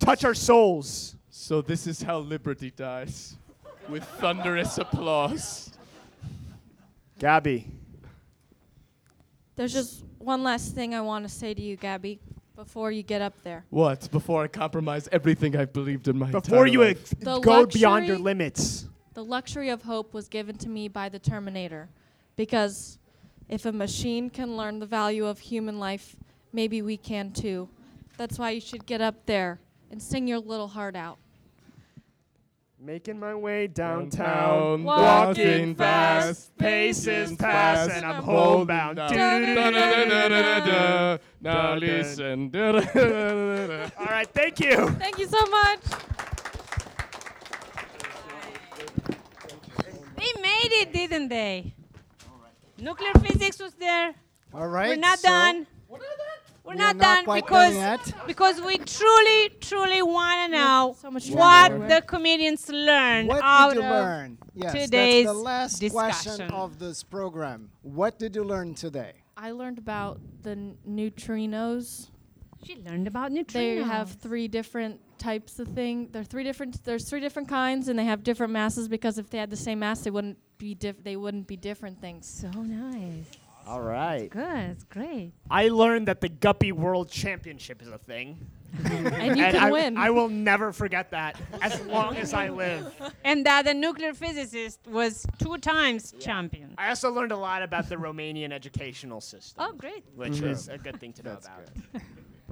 S6: touch our souls.
S5: So this is how liberty dies, with thunderous applause.
S6: Gabby,
S8: There's just one last thing I want to say to you, Gabby, before you get up there.
S5: What? Before I compromise everything I've believed in my
S6: before
S5: entire
S6: you
S5: life.
S6: ex-
S8: The
S6: go beyond your
S8: luxury-
S6: limits,
S8: The luxury of hope was given to me by the Terminator because if a machine can learn the value of human life, maybe we can too. That's why you should get up there and sing your little heart out.
S6: making my way downtown.
S5: downtown,
S7: Walking fast,
S6: paces
S5: pass
S6: pass, and I'm homebound.
S5: Da-da-da-da-da-da-da. Now
S6: Dun-dun.
S5: listen. Da-da-da-da-da-da.
S6: All right, thank you.
S8: Thank you so much.
S3: They made it, didn't they? Nuclear physics was there.
S2: All right.
S3: We're not
S2: so
S3: done. We're,
S2: we are
S3: not,
S2: not
S3: done
S2: quite done
S3: because
S2: yet.
S3: because we truly truly want to know
S8: so much
S3: what
S8: trouble.
S3: the comedians learned
S2: What
S3: out
S2: did you
S3: of
S2: learn? Yes,
S3: today's
S2: that's the last question
S3: discussion.
S2: of this program. What did you learn today?
S8: I learned about the n- neutrinos.
S3: She learned about neutrinos.
S8: They have three different types of thing. They're three different. There's three different kinds, and they have different masses because if they had the same mass, they wouldn't be diff- They wouldn't be different
S3: [LAUGHS]
S8: things.
S3: so nice.
S9: All right.
S3: Good, it's great.
S6: I learned that the Guppy World Championship is a thing.
S8: And you can
S6: I,
S8: win.
S6: I will never forget that as long as I live.
S3: And that a nuclear physicist was two times champion.
S6: I also learned a lot about the Romanian educational system.
S3: Oh, great.
S6: Which
S5: Mhm.
S6: is a good thing to know
S5: That's
S6: about.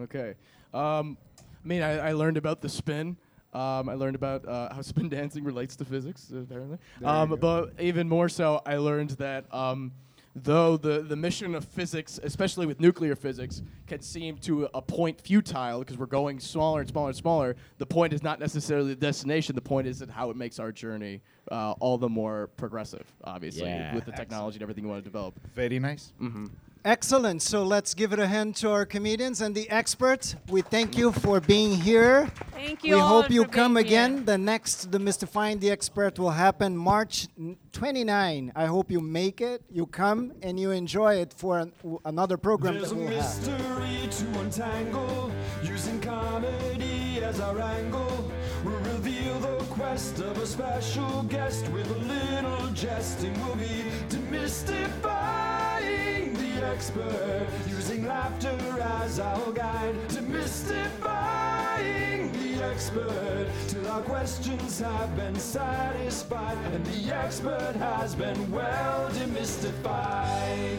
S5: Okay. Um, I mean, I, I learned about the spin. Um, I learned about uh, how [LAUGHS] spin dancing relates to physics, apparently.
S14: There you
S5: Um,
S14: go.
S5: but even more so, I learned that um, though the, the mission of physics, especially with nuclear physics, can seem to a point futile because we're going smaller and smaller and smaller, the point is not necessarily the destination. The point is that how it makes our journey uh, all the more progressive, obviously,
S14: Yeah.
S5: with the technology and everything you want to develop.
S4: Very nice.
S5: Mm-hmm.
S2: Excellent. So let's give it a hand to our comedians and the experts. We thank you for being here.
S3: Thank you
S2: We
S3: all
S2: hope you
S3: for
S2: come
S3: being
S2: again. The next Demystifying the Expert will happen March n- 29. I hope you make it, you come, and you enjoy it for an, w- another program
S1: There's
S2: that
S1: a
S2: we'll have.
S1: mystery to untangle, using comedy as our angle. We'll reveal the quest of a special guest with a little jesting. We'll be demystifying the expert, using laughter as our guide. Demystifying the expert, till our questions have been satisfied, and the expert has been well demystified.